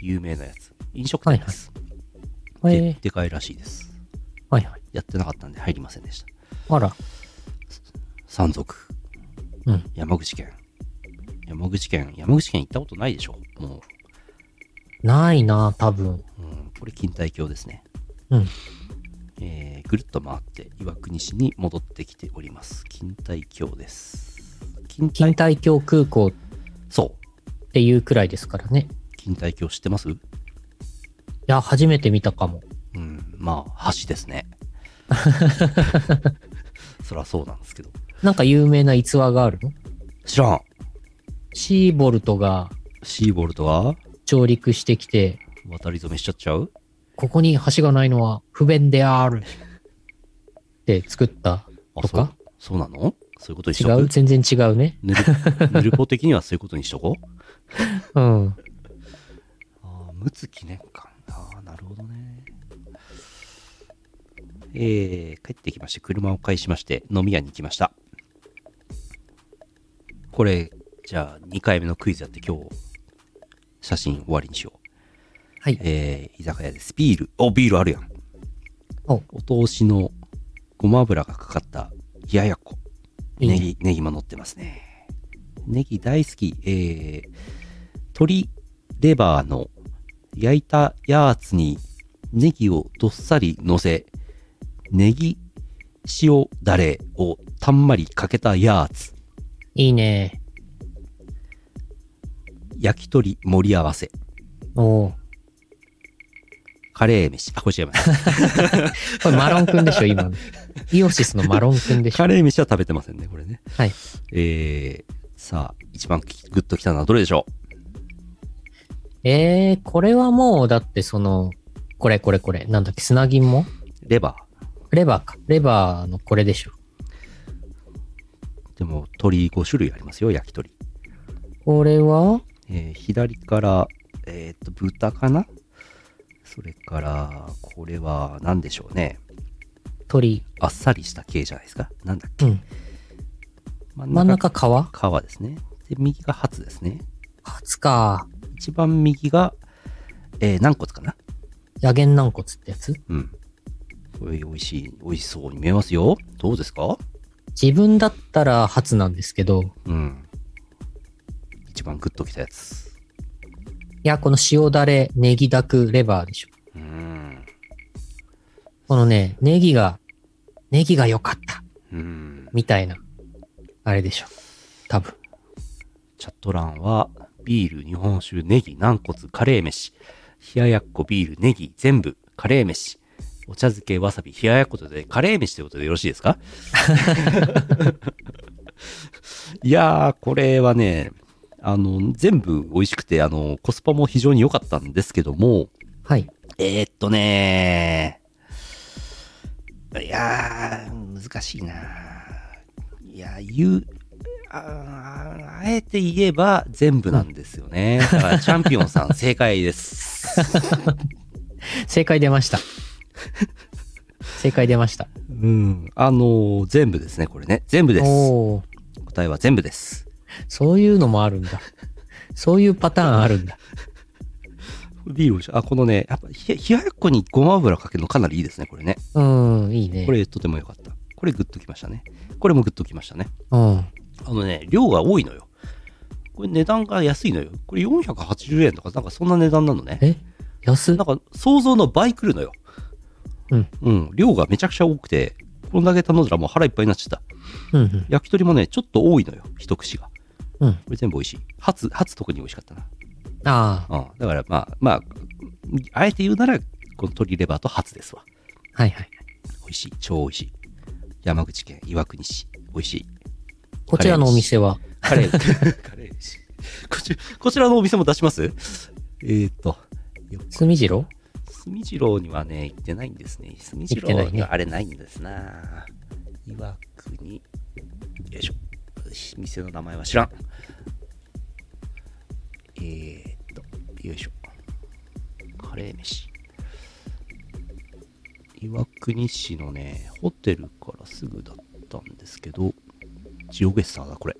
Speaker 2: 有名なやつ。飲食店です。
Speaker 1: え
Speaker 2: で
Speaker 1: ー、
Speaker 2: でかいらしいです。
Speaker 1: はいはい。
Speaker 2: やってなかったんで入りませんでした。
Speaker 1: あら、
Speaker 2: 山賊。
Speaker 1: うん。
Speaker 2: 山口県。山口県。山口県行ったことないでしょも
Speaker 1: ないな、多分。
Speaker 2: う、うん、これ錦帯橋ですね。
Speaker 1: うん。
Speaker 2: えー、ぐるっと回って岩国市に戻ってきております。錦帯橋です。錦帯
Speaker 1: 錦帯橋空港っ
Speaker 2: そう。
Speaker 1: ていうくらいですからね。
Speaker 2: 錦帯橋知ってます
Speaker 1: いや、初めて見たかも。
Speaker 2: うん。まあ、橋です ね。そらそうなんですけど。
Speaker 1: なんか有名な逸話があるの
Speaker 2: 知らん。
Speaker 1: シーボルトが
Speaker 2: シーボルトが
Speaker 1: 上陸してきて、
Speaker 2: 渡り初めしちゃっちゃう
Speaker 1: ここに橋がないのは不便である。って作った
Speaker 2: あ
Speaker 1: と
Speaker 2: そう
Speaker 1: か
Speaker 2: そうなのそういうことにし
Speaker 1: 違
Speaker 2: とく
Speaker 1: う全然違うね。
Speaker 2: ぬる ぬるぽ的にはそういうことにしとこう。
Speaker 1: うん。
Speaker 2: ああ、陸奥記念館。ああ、なるほどね。えー、帰ってきまして、車を返しまして、飲み屋に行きました。これ、じゃあ、2回目のクイズやって、今日、写真終わりにしよう。
Speaker 1: はい。
Speaker 2: えー居酒屋です。ビール。お、ビールあるやん。
Speaker 1: お
Speaker 2: お通しのごま油がかかった冷やこ。
Speaker 1: いいね
Speaker 2: ネギ、ネギも乗ってますね。ネギ大好き。えー、鶏レバーの焼いたやつにネギをどっさり乗せ、ネギ塩だれをたんまりかけたやつ。
Speaker 1: いいね。
Speaker 2: 焼き鳥盛り合わせ。
Speaker 1: おー
Speaker 2: カレー飯。あ、これ違います。
Speaker 1: これマロンくんでしょ、今の。イオシスのマロンくんでしょ。
Speaker 2: カレー飯は食べてませんね、これね。
Speaker 1: はい。
Speaker 2: えー、さあ、一番きグッときたのはどれでしょ
Speaker 1: えー、これはもう、だってその、これこれこれ、なんだっけ、砂銀も
Speaker 2: うレバ
Speaker 1: レバーか。レバーのこれでしょ。
Speaker 2: ー。でも、鶏5種類ありますよ、焼き鳥。
Speaker 1: これは
Speaker 2: えー左から、えーっと、豚かなそれから、これは何でしょうね。
Speaker 1: 鳥。
Speaker 2: あっさりした系じゃないですか。なんだっけ
Speaker 1: うん。
Speaker 2: 真
Speaker 1: 真ん中皮
Speaker 2: 中皮ですね。で、右がハツですね。
Speaker 1: 初か。
Speaker 2: 一番右が、えー軟骨かな
Speaker 1: 野源軟骨ってやつ
Speaker 2: うん。これ、美味しい、美味しそうに見えますよ。どうですか
Speaker 1: 自分だったら初なんですけど、い
Speaker 2: うん。一番グッときたやつ。
Speaker 1: や、この塩だれ、ネギだく、レバーでしょ。
Speaker 2: うん。
Speaker 1: このね、ネギが、ネギが良かった、
Speaker 2: うん。
Speaker 1: みたいな、あれでしょ。多分。
Speaker 2: チャット欄は、ビール、日本酒、ネギ、軟骨、カレー飯。冷ややっこ、ビール、ネギ、全部、カレー飯。お茶漬け、わさび、冷ややっことで、カレー飯ということでよろしいですか いやー、これはね、あの、全部美味しくて、あの、コスパも非常に良かったんですけども、
Speaker 1: はい。
Speaker 2: えー、っとねいやー、難しいな。いや、言う、あーあえて言えば全部なんですよね。だから、チャンピオンさん、正解です。
Speaker 1: 正解出ました。正解出ました。
Speaker 2: うん。あのー全部ですね、これね。全部です。
Speaker 1: おー
Speaker 2: 答えは全部です。
Speaker 1: そういうのもあるんだ。そういうパターンあるんだ。
Speaker 2: ビールをしあ、このね、やっぱ、ひ冷ややっこにごま油かけるのかなりいいですね、これね。
Speaker 1: うん、いいね。
Speaker 2: これ、とても良かった。これ、グッときましたね。これもグッときましたね。
Speaker 1: うん。
Speaker 2: あのね、量が多いのよ。これ値段が安いのよ。これ480円とか、なんかそんな値段なのね。
Speaker 1: え安
Speaker 2: なんか想像の倍くるのよ。
Speaker 1: うん。
Speaker 2: うん。量がめちゃくちゃ多くて、こんだけ頼んだらもう腹いっぱいになっちゃった。
Speaker 1: うんうん。
Speaker 2: 焼き鳥もね、ちょっと多いのよ。一口が。
Speaker 1: うん
Speaker 2: これ全部美味しい。ハツ、ハツ特に美味しかったな。
Speaker 1: ああ、
Speaker 2: うん。だからまあ、まあ、あえて言うなら、この鶏レバーとハツですわ。
Speaker 1: はいはい。
Speaker 2: 美味しい。超美味しい。山口県岩国市。美味しい。
Speaker 1: こちらのお店は、
Speaker 2: カレー。カレー飯こちこちらのお店も出しますえーっと、
Speaker 1: 墨次郎
Speaker 2: 住次郎にはね、行ってないんですね。住次
Speaker 1: 行っ
Speaker 2: 郎
Speaker 1: てない
Speaker 2: に
Speaker 1: ね
Speaker 2: はあれないんですな。岩国。よいしょ。店の名前は知らん。えーっと、よいしょ。カレー飯。岩国市のね、ホテルからすぐだったんですけど、ジオゲッサーだ、これ。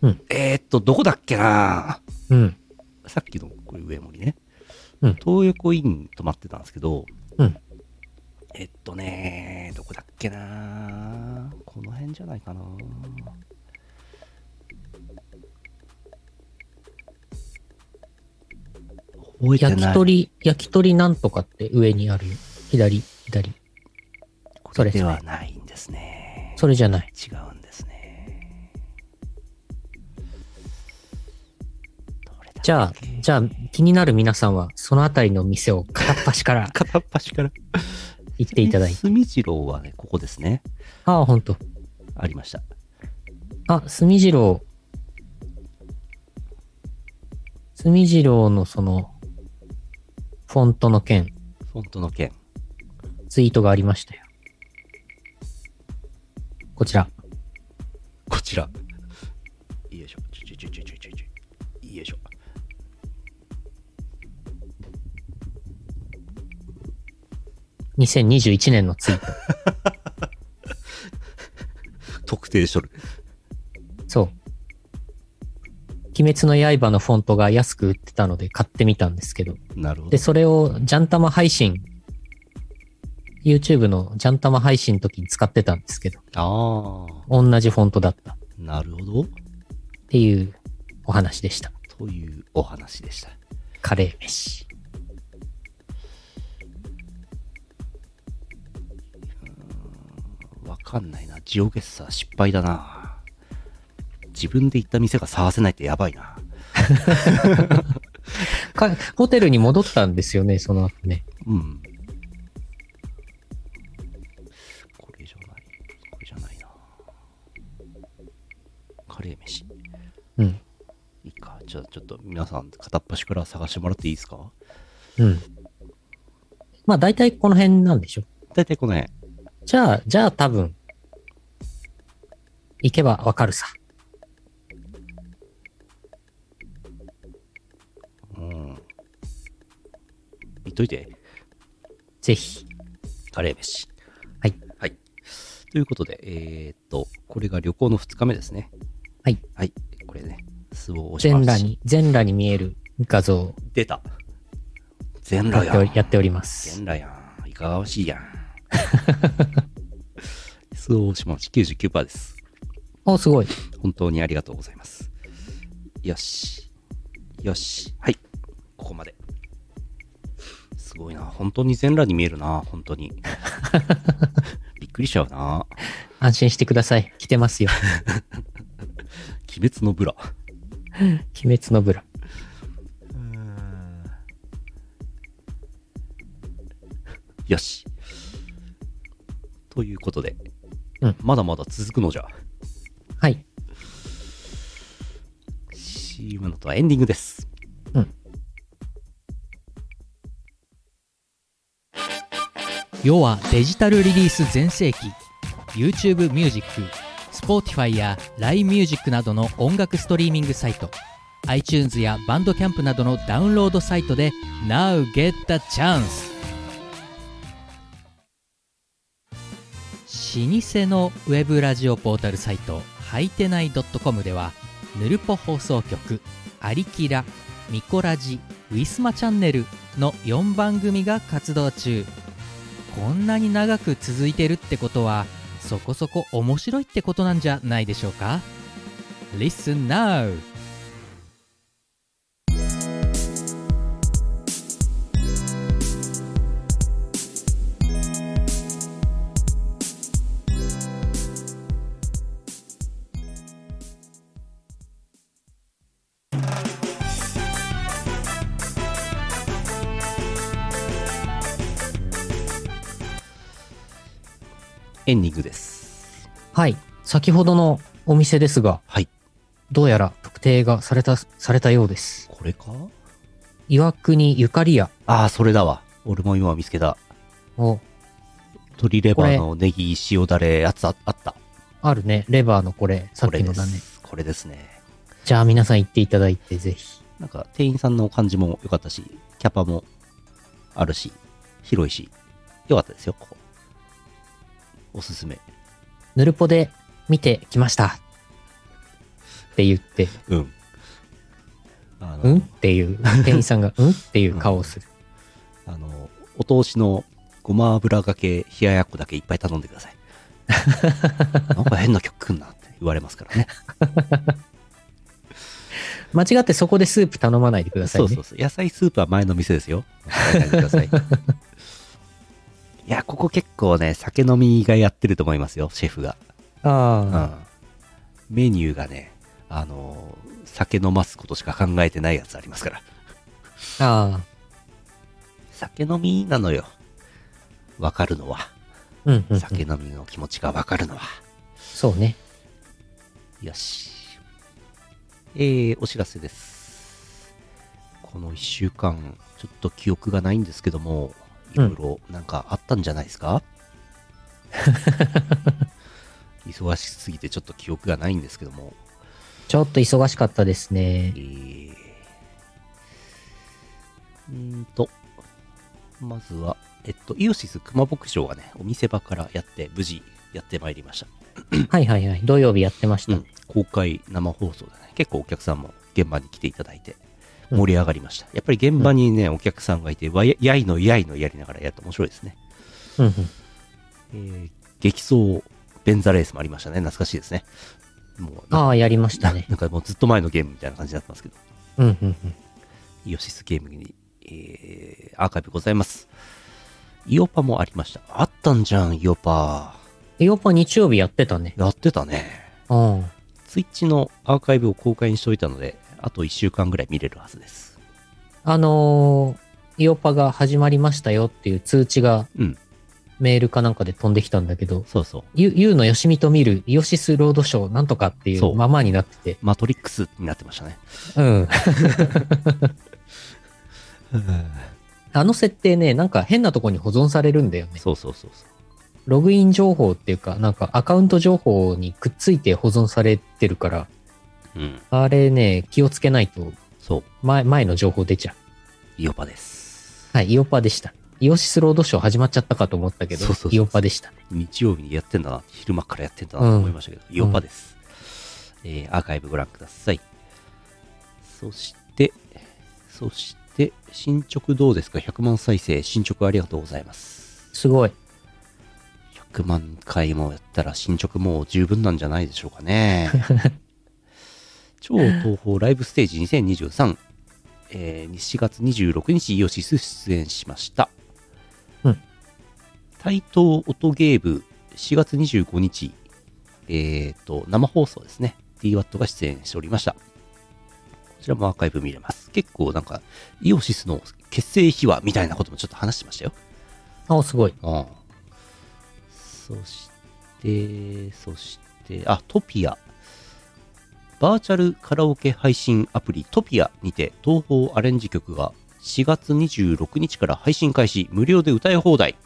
Speaker 1: うん
Speaker 2: えーっと、どこだっけな
Speaker 1: うん。
Speaker 2: さっきのこれ上森ね、
Speaker 1: うん
Speaker 2: 東横イン泊まってたんですけど、
Speaker 1: うん
Speaker 2: えっとねどこだっけなこの辺じゃないかな覚えてな
Speaker 1: 焼
Speaker 2: い
Speaker 1: き鳥、焼き鳥なんとかって上にあるよ。左、左。
Speaker 2: これではないんですね
Speaker 1: それじゃない。
Speaker 2: 違うんですねどれだっけ
Speaker 1: じゃあ、じゃあ、気になる皆さんは、そのあたりの店を片っ端から
Speaker 2: 片っ端から
Speaker 1: 行っていただい て。
Speaker 2: 住次郎はねここですね
Speaker 1: ああ、ほんと。
Speaker 2: ありました
Speaker 1: あ、墨次郎。墨次郎のその、フォントの件、
Speaker 2: フォントの件
Speaker 1: ツイートがありましたよ。こちら。 2021年のツイート。
Speaker 2: 特定しとる。
Speaker 1: そう。鬼滅の刃のフォントが安く売ってたので買ってみたんですけど。
Speaker 2: なるほど
Speaker 1: で、。それをジャンタマ配信、YouTube のジャンタマ配信の時に使ってたんですけど、
Speaker 2: ああ、
Speaker 1: 同じフォントだったっ
Speaker 2: なるほど。
Speaker 1: ていうお話でした。
Speaker 2: というお話でした。
Speaker 1: カレー飯。
Speaker 2: わかんないな。ジオゲッサー失敗だな。自分で行った店が探せないってやばいな。
Speaker 1: かホテルに戻ったんですよね、その後ね。
Speaker 2: うん。これじゃない。これじゃないな。カレー飯。
Speaker 1: うん。
Speaker 2: いいか。じゃあちょっと皆さん片っ端から探してもらっていいですか
Speaker 1: うん。まあ大体この辺なんでしょ。
Speaker 2: 大体この辺。
Speaker 1: じゃあ、じゃあ多分、行けばわかるさ。
Speaker 2: うん。見といて。
Speaker 1: ぜひ。
Speaker 2: カレー飯。
Speaker 1: はい。
Speaker 2: はい。ということで、えー、っと、これが旅行の2日目ですね。
Speaker 1: はい。
Speaker 2: はい。これね。スボをし
Speaker 1: 全
Speaker 2: ま
Speaker 1: 裸
Speaker 2: す。
Speaker 1: に、全裸に見える画像を
Speaker 2: 出た。全
Speaker 1: や
Speaker 2: 裸
Speaker 1: って
Speaker 2: や
Speaker 1: お
Speaker 2: ん
Speaker 1: り。やっております。
Speaker 2: 全裸やん。いかがわし いやん。スボをします。99%です。
Speaker 1: お、すごい。
Speaker 2: 本当にありがとうございます。よし。よし。はい。ここまで。すごいな。本当に全裸に見えるな。本当 に。びっくりしちゃうな。
Speaker 1: 安心してください。来て ますよ。
Speaker 2: 鬼滅のブラ。
Speaker 1: 鬼滅のブラ。
Speaker 2: よし。ということで、
Speaker 1: うん
Speaker 2: まだまだ続くのじゃ。
Speaker 1: はい。
Speaker 2: CM のとはエンディングです。
Speaker 3: 世はデジタルリリース全盛期 YouTube ミュージック Spotify や LINE ミュージックなどの音楽ストリーミングサイト iTunes やバンドキャンプなどのダウンロードサイトで Now get the chance 老舗のウェブラジオポータルサイトはいてない .com ではぬるぽ放送局「アリキラ」「ミコラジ」「ウィスマチャンネル」の4番組が活動中こんなに長く続いてるってことはそこそこ面白いってことなんじゃないでしょうか Listen now!
Speaker 2: エンディングです。
Speaker 1: はい。先ほどのお店ですが、
Speaker 2: はい。
Speaker 1: どうやら特定がされた、されたようです。
Speaker 2: これか
Speaker 1: 岩国ゆかり屋
Speaker 2: ああ、それだわ。俺も今見つけた。
Speaker 1: を、
Speaker 2: 鶏レバーのネギ塩だれ、やつああった。
Speaker 1: あるね、レバーのこれ、さっ
Speaker 2: これ
Speaker 1: き
Speaker 2: で
Speaker 1: のだね。
Speaker 2: す。これですね。
Speaker 1: じゃあ皆さん行っていただいて、ぜひ。
Speaker 2: なんか店員さんの感じも良かったし、キャパもあるし、広いし、良かったですよ、ここ。おすすめ。
Speaker 1: ぬるぽで見てきました。って言って、
Speaker 2: うん。あの、
Speaker 1: うんっていう、店員さんがうんっていう顔をする。
Speaker 2: あのお通しのごま油がけ冷ややっこだけいっぱい頼んでく ださい。なんか変な曲来んなって言われますか らね。
Speaker 1: 間違ってそこでスープ頼まないでください
Speaker 2: そ
Speaker 1: ね。
Speaker 2: うそうそう。野菜スープは前の店ですよ。お伝えください。 いや、ここ結構ね、酒飲みがやってると思いますよ、シェフが。う
Speaker 1: ああ、
Speaker 2: ん。メニューがね、あのー酒飲ますことしか考えてないやつありますから。
Speaker 1: ああ、
Speaker 2: 酒飲みなのよ。わかるのは。
Speaker 1: うんうん、うん。
Speaker 2: 酒飲みの気持ちがわかるのは。
Speaker 1: そうね。
Speaker 2: よし。えー、お知らせです。この1週間、ちょっと記憶がないんですけども、いろいろなんかあったんじゃないで すか、忙しすぎてちょっと記憶がないんですけども、
Speaker 1: ちょっと忙しかったですね
Speaker 2: え。ー、うーんと、まずは、ええっと、イオシス熊牧場はね、お店場からやって、無事やってまいりました。
Speaker 1: はいはいはい。土曜日やってまし
Speaker 2: う
Speaker 1: た。
Speaker 2: ん、公開生放送でね、結構お客さんも現場に来ていただいて、
Speaker 1: うん
Speaker 2: 盛り上がりました。やっぱり現場にね、お客さんがいて、わややいのやいのやりながらやると面白いですね。
Speaker 1: うんうん
Speaker 2: えー激走ベンザレースもありましたね。懐かしいですね。もうな
Speaker 1: ああ、やりました
Speaker 2: な
Speaker 1: ね。
Speaker 2: なんかもうずっと前のゲームみたいな感じだったんですけど、
Speaker 1: うんうんうん。
Speaker 2: イオシスゲームに、えーアーカイブございます。イオパもありました。あったんじゃん、イオパ。
Speaker 1: イオパ日曜日やってたね。
Speaker 2: やってたね。
Speaker 1: ああ。
Speaker 2: ツイッチのアーカイブを公開にしておいたので、あと1週間ぐらい見れるはずです。
Speaker 1: あのーイオパが始まりましたよっていう通知が
Speaker 2: うん、
Speaker 1: メールかなんかで飛んできたんだけど、
Speaker 2: そうそう。
Speaker 1: ゆゆうのよしみと見るイオシスロードショーなんとかってい
Speaker 2: そう
Speaker 1: うままになってて。
Speaker 2: マトリックスになってましたね。
Speaker 1: うん。 あの設定ね、なんか変なとこに保存されるんだよね。
Speaker 2: そうそうそうそう。
Speaker 1: ログイン情報っていうか、なんかアカウント情報にくっついて保存されてるから、
Speaker 2: うん。
Speaker 1: あれね、気をつけないと
Speaker 2: そう。
Speaker 1: 前、前の情報出ちゃ
Speaker 2: イオパです。
Speaker 1: う。はい、イオパでした。イオシスロードショー始まっちゃったかと思ったけど、
Speaker 2: そうそうそう
Speaker 1: イオパでした。
Speaker 2: 日曜日にやってんだな、昼間からやってんだなと思いましたけど、イオパです。えーアーカイブご覧ください。そして、そして、進捗どうですか ?100 万再生、進捗ありがとうございます。
Speaker 1: すごい。
Speaker 2: 100万回もやったら進捗もう十分なんじゃないでしょう かね。超東宝ライブステージ2023、えー、4月26日イオシス出演しました。
Speaker 1: うん。
Speaker 2: 台東音ゲーム4月25日、えー、と、生放送ですね。DWAT が出演しておりました。こちらもアーカイブ見れます。結構なんか、イオシスの結成秘話みたいなこともちょっと話してましたよ。
Speaker 1: あ、すごい。
Speaker 2: うん。そして、そして、あ、トピア。バーチャルカラオケ配信アプリトピアにて東宝アレンジ曲が4月26日から配信開始、無料で歌い放題。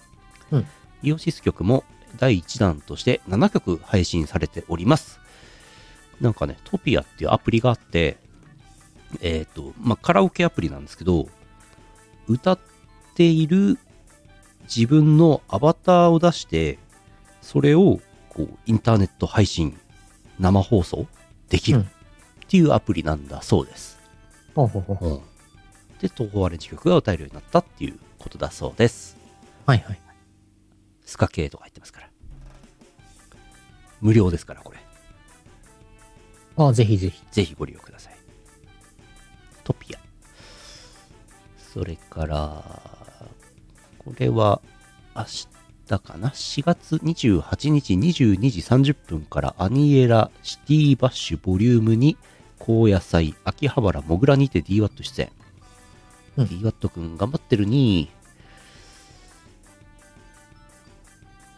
Speaker 1: うん
Speaker 2: イオシス曲も第1弾として7曲配信されております。なんかね、トピアっていうアプリがあって、えっ、と、まあ、カラオケアプリなんですけど、歌っている自分のアバターを出して、それをこうインターネット配信、生放送できる
Speaker 1: う
Speaker 2: っ
Speaker 1: ん
Speaker 2: ていうアプリなんだそうです。
Speaker 1: ほうほうほう
Speaker 2: うん、で、東宝アレンジ曲が歌えるようになったっていうことだそうです。
Speaker 1: はいはい。
Speaker 2: スカ系とか入ってますから。無料ですから、これ。
Speaker 1: あ、ぜひぜひ。
Speaker 2: ぜひご利用ください。トピア。それから、これは明日かな ?4 月28日22時30分からアニエラシティバッシュボリューム2高野菜秋葉原もぐらにて DWAT 出演。
Speaker 1: うん
Speaker 2: DWAT くん頑張ってるに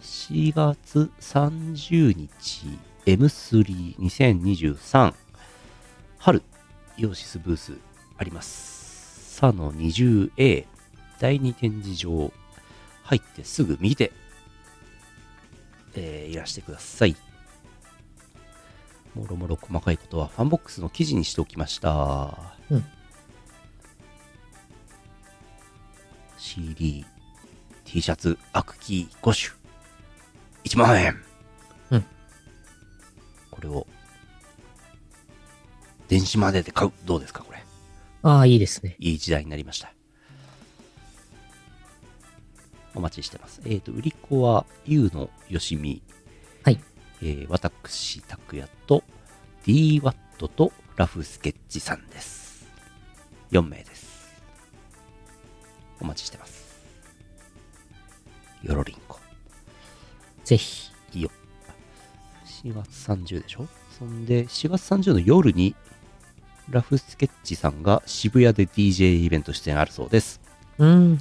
Speaker 2: 4月30日 M32023 春イオシスブースあります佐野 20A 第2展示場入ってすぐ右手、えーいらしてくださいもろもろ細かいことはファンボックスの記事にしておきました、
Speaker 1: うん、
Speaker 2: CDT シャツアクキー5種1万円、
Speaker 1: うん、
Speaker 2: これを電子マネーで買うどうですかこれ
Speaker 1: ああ、いいですね。
Speaker 2: いい時代になりました。お待ちしてます。えっ、と、売り子は、ゆうのよしみ。
Speaker 1: はい。
Speaker 2: えー、私、たくやと、DWAT と、ラフスケッチさんです。4名です。お待ちしてます。よろりんこ。
Speaker 1: ぜひ。
Speaker 2: いいよ。4月30でしょそんで、4月30の夜に、ラフスケッチさんが渋谷で DJ イベント出演あるそうです。
Speaker 1: うん。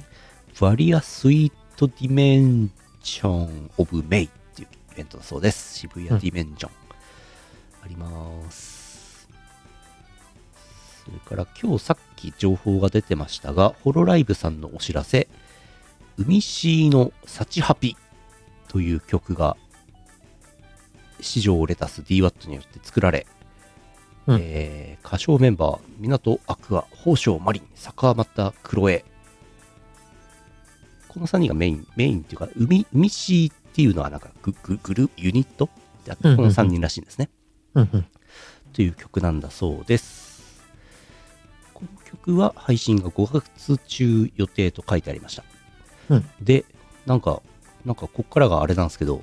Speaker 2: バリアスイートディメンションオブメイっていうイベントだそうです。渋谷ディメンション。あります。それから今日さっき情報が出てましたが、ホロライブさんのお知らせ、海シーのサチハピという曲が、史上レタス DWAT によって作られ、
Speaker 1: うん
Speaker 2: えー歌唱メンバー、港アクア、宝生マリン、坂又クロエ、この3人がメイン、メインっていうか、海、海市っていうのはなんかグ、グ、グル、ユニットであって
Speaker 1: うんうん
Speaker 2: この3人らしいんですね。
Speaker 1: うんうん。
Speaker 2: という曲なんだそうです。この曲は配信が5月中予定と書いてありました。
Speaker 1: うん
Speaker 2: で、なんか、なんかこっからがあれなんですけど、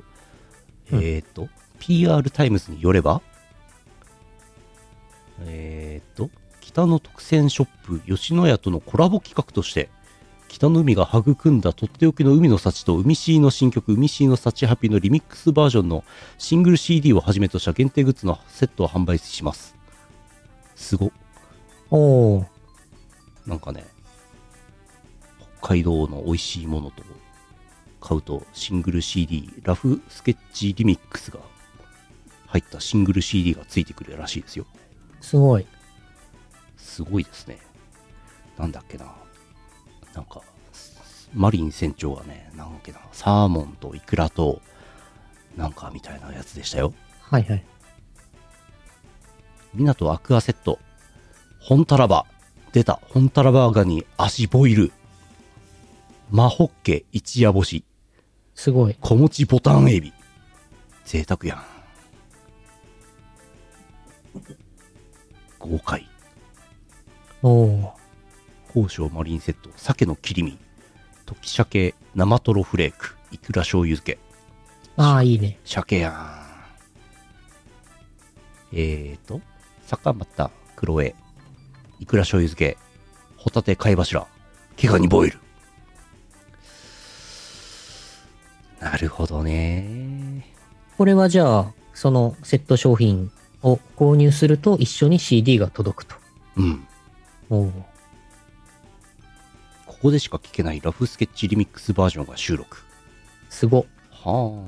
Speaker 1: うん
Speaker 2: えっ、と、PR タイムズによれば、えっ、と、北の特選ショップ吉野家とのコラボ企画として、北の海が育んだとっておきの海の幸と海シーの新曲海シーの幸ハピのリミックスバージョンのシングル CD をはじめとした限定グッズのセットを販売します。すごっ。
Speaker 1: おー
Speaker 2: なんかね、北海道の美味しいものと買うとシングル CD、ラフスケッチリミックスが入ったシングル CD がついてくるらしいですよ。
Speaker 1: すごい。
Speaker 2: すごいですね。なんだっけな。なんか、マリン船長がね、なんだっけな、サーモンとイクラと、なんかみたいなやつでしたよ。
Speaker 1: はいはい。
Speaker 2: 港アクアセット、ホンタラバ、出た、ホンタラバーガに足ボイル、マホッケ一夜干し、
Speaker 1: すごい。
Speaker 2: 小餅ボタンエビ。贅沢やん。豪快。
Speaker 1: おー
Speaker 2: 宝生マリンセット、鮭の切り身、時鮭生トロフレーク、イクラ醤油漬け。
Speaker 1: ああ、いいね。
Speaker 2: 鮭やん。えーと、坂又黒江、いくら醤油漬け、ホタテ貝柱、毛ガニボイル。なるほどね。
Speaker 1: これはじゃあ、そのセット商品を購入すると一緒に CD が届くと。
Speaker 2: うん。
Speaker 1: おー
Speaker 2: ここでしか聞けないラフスケッチリミックスバージョンが収録。
Speaker 1: すご。
Speaker 2: は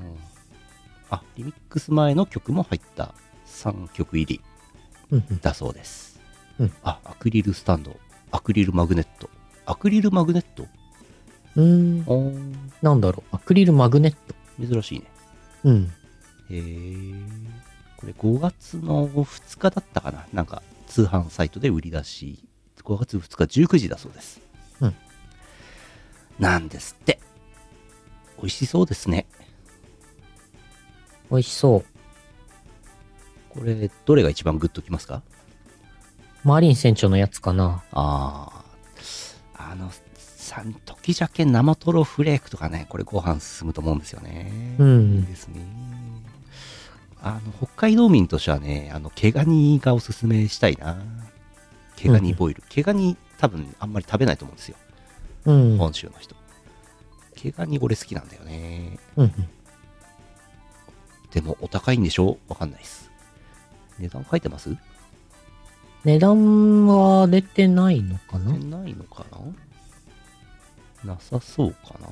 Speaker 2: あ。あ、リミックス前の曲も入った3曲入り。
Speaker 1: うんうん。
Speaker 2: だそうです、
Speaker 1: うん
Speaker 2: あアクリルスタンドアクリルマグネットアクリルマグネット
Speaker 1: うーん。
Speaker 2: おー
Speaker 1: なんだろう。アクリルマグネット。
Speaker 2: 珍しいね
Speaker 1: うん。
Speaker 2: へえこれ5月の2日だったかななんか通販サイトで売り出し5月2日19時だそうです
Speaker 1: うん
Speaker 2: なんですって美味しそうですね
Speaker 1: 美味しそう。
Speaker 2: これどれが一番グッときますか
Speaker 1: マーリン船長のやつかな。
Speaker 2: あああのさ時鮭生トロフレークとかねこれご飯進むと思うんですよね
Speaker 1: うん
Speaker 2: いいですねあの北海道民としてはねあの毛ガニがおすすめしたいな毛ガニボイル、毛ガニ多分あんまり食べないと思うんですよ
Speaker 1: うん。うん
Speaker 2: 本州の人毛ガニ俺好きなんだよね
Speaker 1: うん。
Speaker 2: でもお高いんでしょわかんないです値段書いてます
Speaker 1: 値段は出てないのかな
Speaker 2: ないのかななさそうかな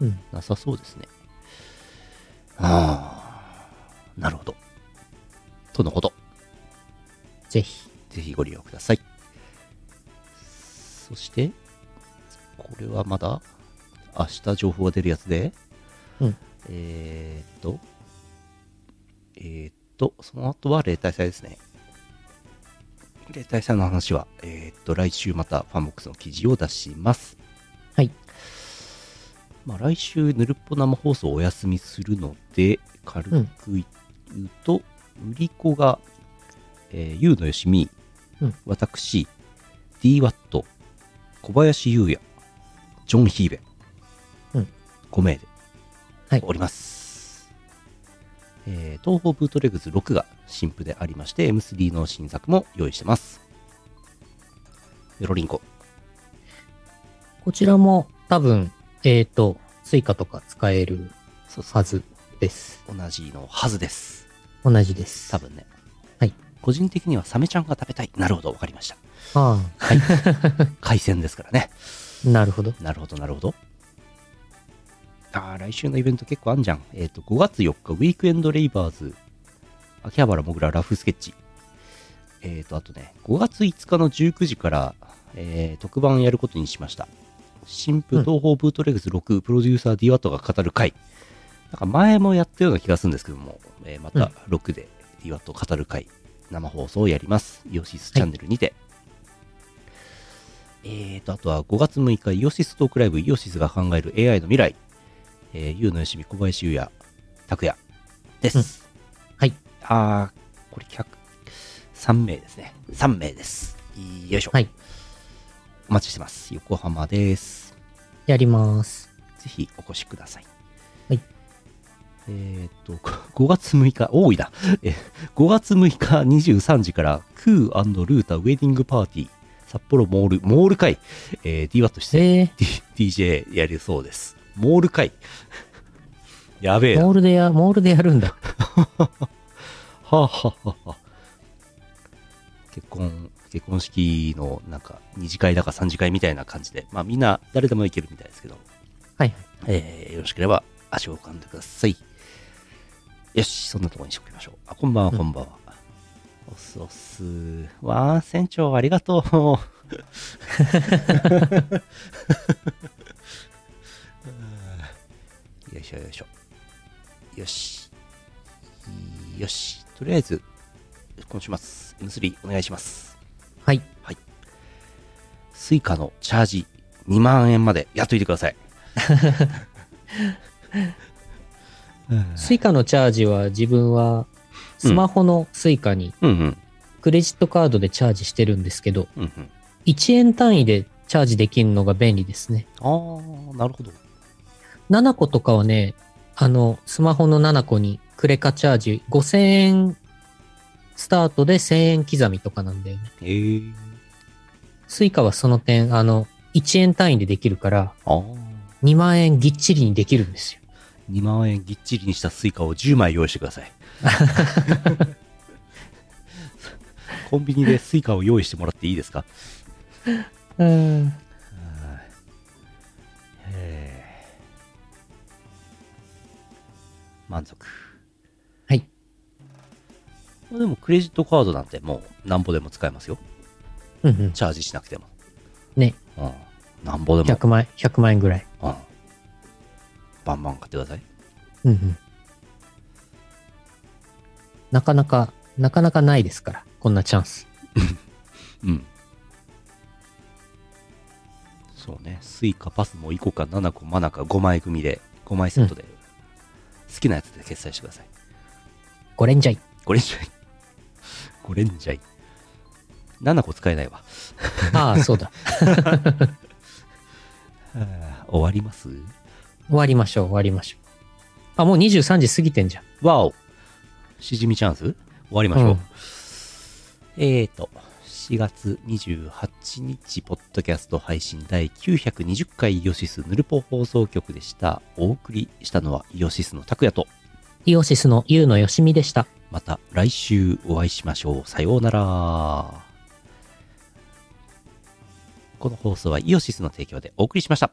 Speaker 1: うん。
Speaker 2: なさそうですね。ああ、なるほど。とのこと。
Speaker 1: ぜひ。
Speaker 2: ぜひご利用ください。そして、これはまだ明日情報が出るやつで、
Speaker 1: うん
Speaker 2: えーっと、えーっと、その後は例大祭ですね。例大祭の話は、えーっと、来週またファンボックスの記事を出します。
Speaker 1: はい。
Speaker 2: まあ、来週、ぬるっぽ生放送お休みするので、軽く言うと、売り子が、えー、ゆうのよしみ、
Speaker 1: うん
Speaker 2: 私、DWAT、小林優也、ジョン・ヒーベ、
Speaker 1: うん
Speaker 2: 5名で
Speaker 1: はい
Speaker 2: おります、えー東方ブートレグズ6が新譜でありまして M3 の新作も用意してますよろりんこ
Speaker 1: こちらも多分、えっ、と、スイカとか使える
Speaker 2: そうそう
Speaker 1: はずです。
Speaker 2: 同じのはずです
Speaker 1: 同じです。
Speaker 2: 多。分ね
Speaker 1: はい
Speaker 2: 個人的にはサメちゃんが食べたいなるほどわかり ました
Speaker 1: あ
Speaker 2: 海鮮ですからね
Speaker 1: あ、なるほど。
Speaker 2: なるほど、なるほど。ああ、来週のイベント結構あんじゃん。えっ、と、5月4日、ウィークエンドレイバーズ、秋葉原もぐらラフスケッチ。えっ、と、あとね、5月5日の19時から、えー特番やることにしました。新
Speaker 1: う
Speaker 2: 婦
Speaker 1: ん
Speaker 2: 東方ブートレグス6、プロデューサー DWAT が語る回。なんか前もやったような気がするんですけども、えーまた6で DWAT を語る回、生放送をやります。イオシスチャンネルにて。えーと、あとは5月6日、イオシストークライブ、イオシスが考える AI の未来、えー、ゆうのよしみ、小林優也、拓也です。
Speaker 1: はい。
Speaker 2: あー、これ100、3名ですね。3名です。よいしょ。
Speaker 1: はい。
Speaker 2: お待ちしてます。横浜です。
Speaker 1: やります。
Speaker 2: ぜひお越しください。
Speaker 1: はい。
Speaker 2: えっと、5月6日、多いな。 えー5月6日23時から、クールータウェディングパーティー、札幌モール、モール会、えー、DWAT 出演、
Speaker 1: え
Speaker 2: D- DJ やるそうです。モール会。 やべえ
Speaker 1: ー、
Speaker 2: な。
Speaker 1: モ
Speaker 2: は
Speaker 1: ールでや、モールでやるんだ。
Speaker 2: あ、はあはあはあ結婚、結婚式のなんか二次会だか三次会みたいな感じで、まあみんな誰でも行けるみたいですけど、
Speaker 1: はい。
Speaker 2: えーよろしければ足を運んでください。よし、そんなところにしておきましょう。あ、こんばんは、
Speaker 1: うん
Speaker 2: こんばんは。おすおす。わあ、船長ありがとう。よいしょよいしょ。よし。よし。とりあえず、今週末、M3 お願いします。
Speaker 1: はい。
Speaker 2: スイカのチャージ2万円までやっといてください。
Speaker 1: スイカのチャージは自分はスマホのスイカに
Speaker 2: うんうん。
Speaker 1: クレジットカードでチャージしてるんですけど、
Speaker 2: うんうん。
Speaker 1: 1円単位でチャージできるのが便利ですね。
Speaker 2: ああ、なるほど。
Speaker 1: 7個とかはね、あの、スマホの7個にクレカチャージ5000円スタートで1000円刻みとかなんだよね。
Speaker 2: えー、
Speaker 1: スイカはその点、あの、1円単位でできるから、
Speaker 2: ああ。
Speaker 1: 2万円ぎっちりにできるんですよ。
Speaker 2: 2万円ぎっちりにしたスイカを10枚用意してくだ さい。コンビニでスイカを用意してもらっていいですか
Speaker 1: うん。
Speaker 2: へー満足。
Speaker 1: はい。
Speaker 2: まあでもクレジットカードなんてもうなんぼでも使えますよ。
Speaker 1: うんうん。
Speaker 2: チャージしなくても。
Speaker 1: ね、
Speaker 2: うん。なんぼでも。
Speaker 1: 100万円、100万円ぐらい。
Speaker 2: うん。バンバン買ってください。
Speaker 1: うんうん。なかなか、なかなかないですから、こんなチャンス。
Speaker 2: うん。そうね、スイカパスも1個か7個、マナか5枚組で、5枚セットで、好きなやつで決済してください。
Speaker 1: ゴレンジャイ。
Speaker 2: ゴレンジ ャイ。ゴレンジャイ。7個使えないわ。
Speaker 1: ああ、そうだ。
Speaker 2: 終わります
Speaker 1: 終わりましょう、終わりましょう。あ、もう23時過ぎてんじゃん。
Speaker 2: わおしじみチャンス終わりましょう。
Speaker 1: うん
Speaker 2: えーと、4月28日、ポッドキャスト配信第920回イオシスヌルポ放送局でした。お送りしたのはイオシスの拓也と、
Speaker 1: イオシスのユウのよしみでした。
Speaker 2: また来週お会いしましょう。さようなら。この放送はイオシスの提供でお送りしました。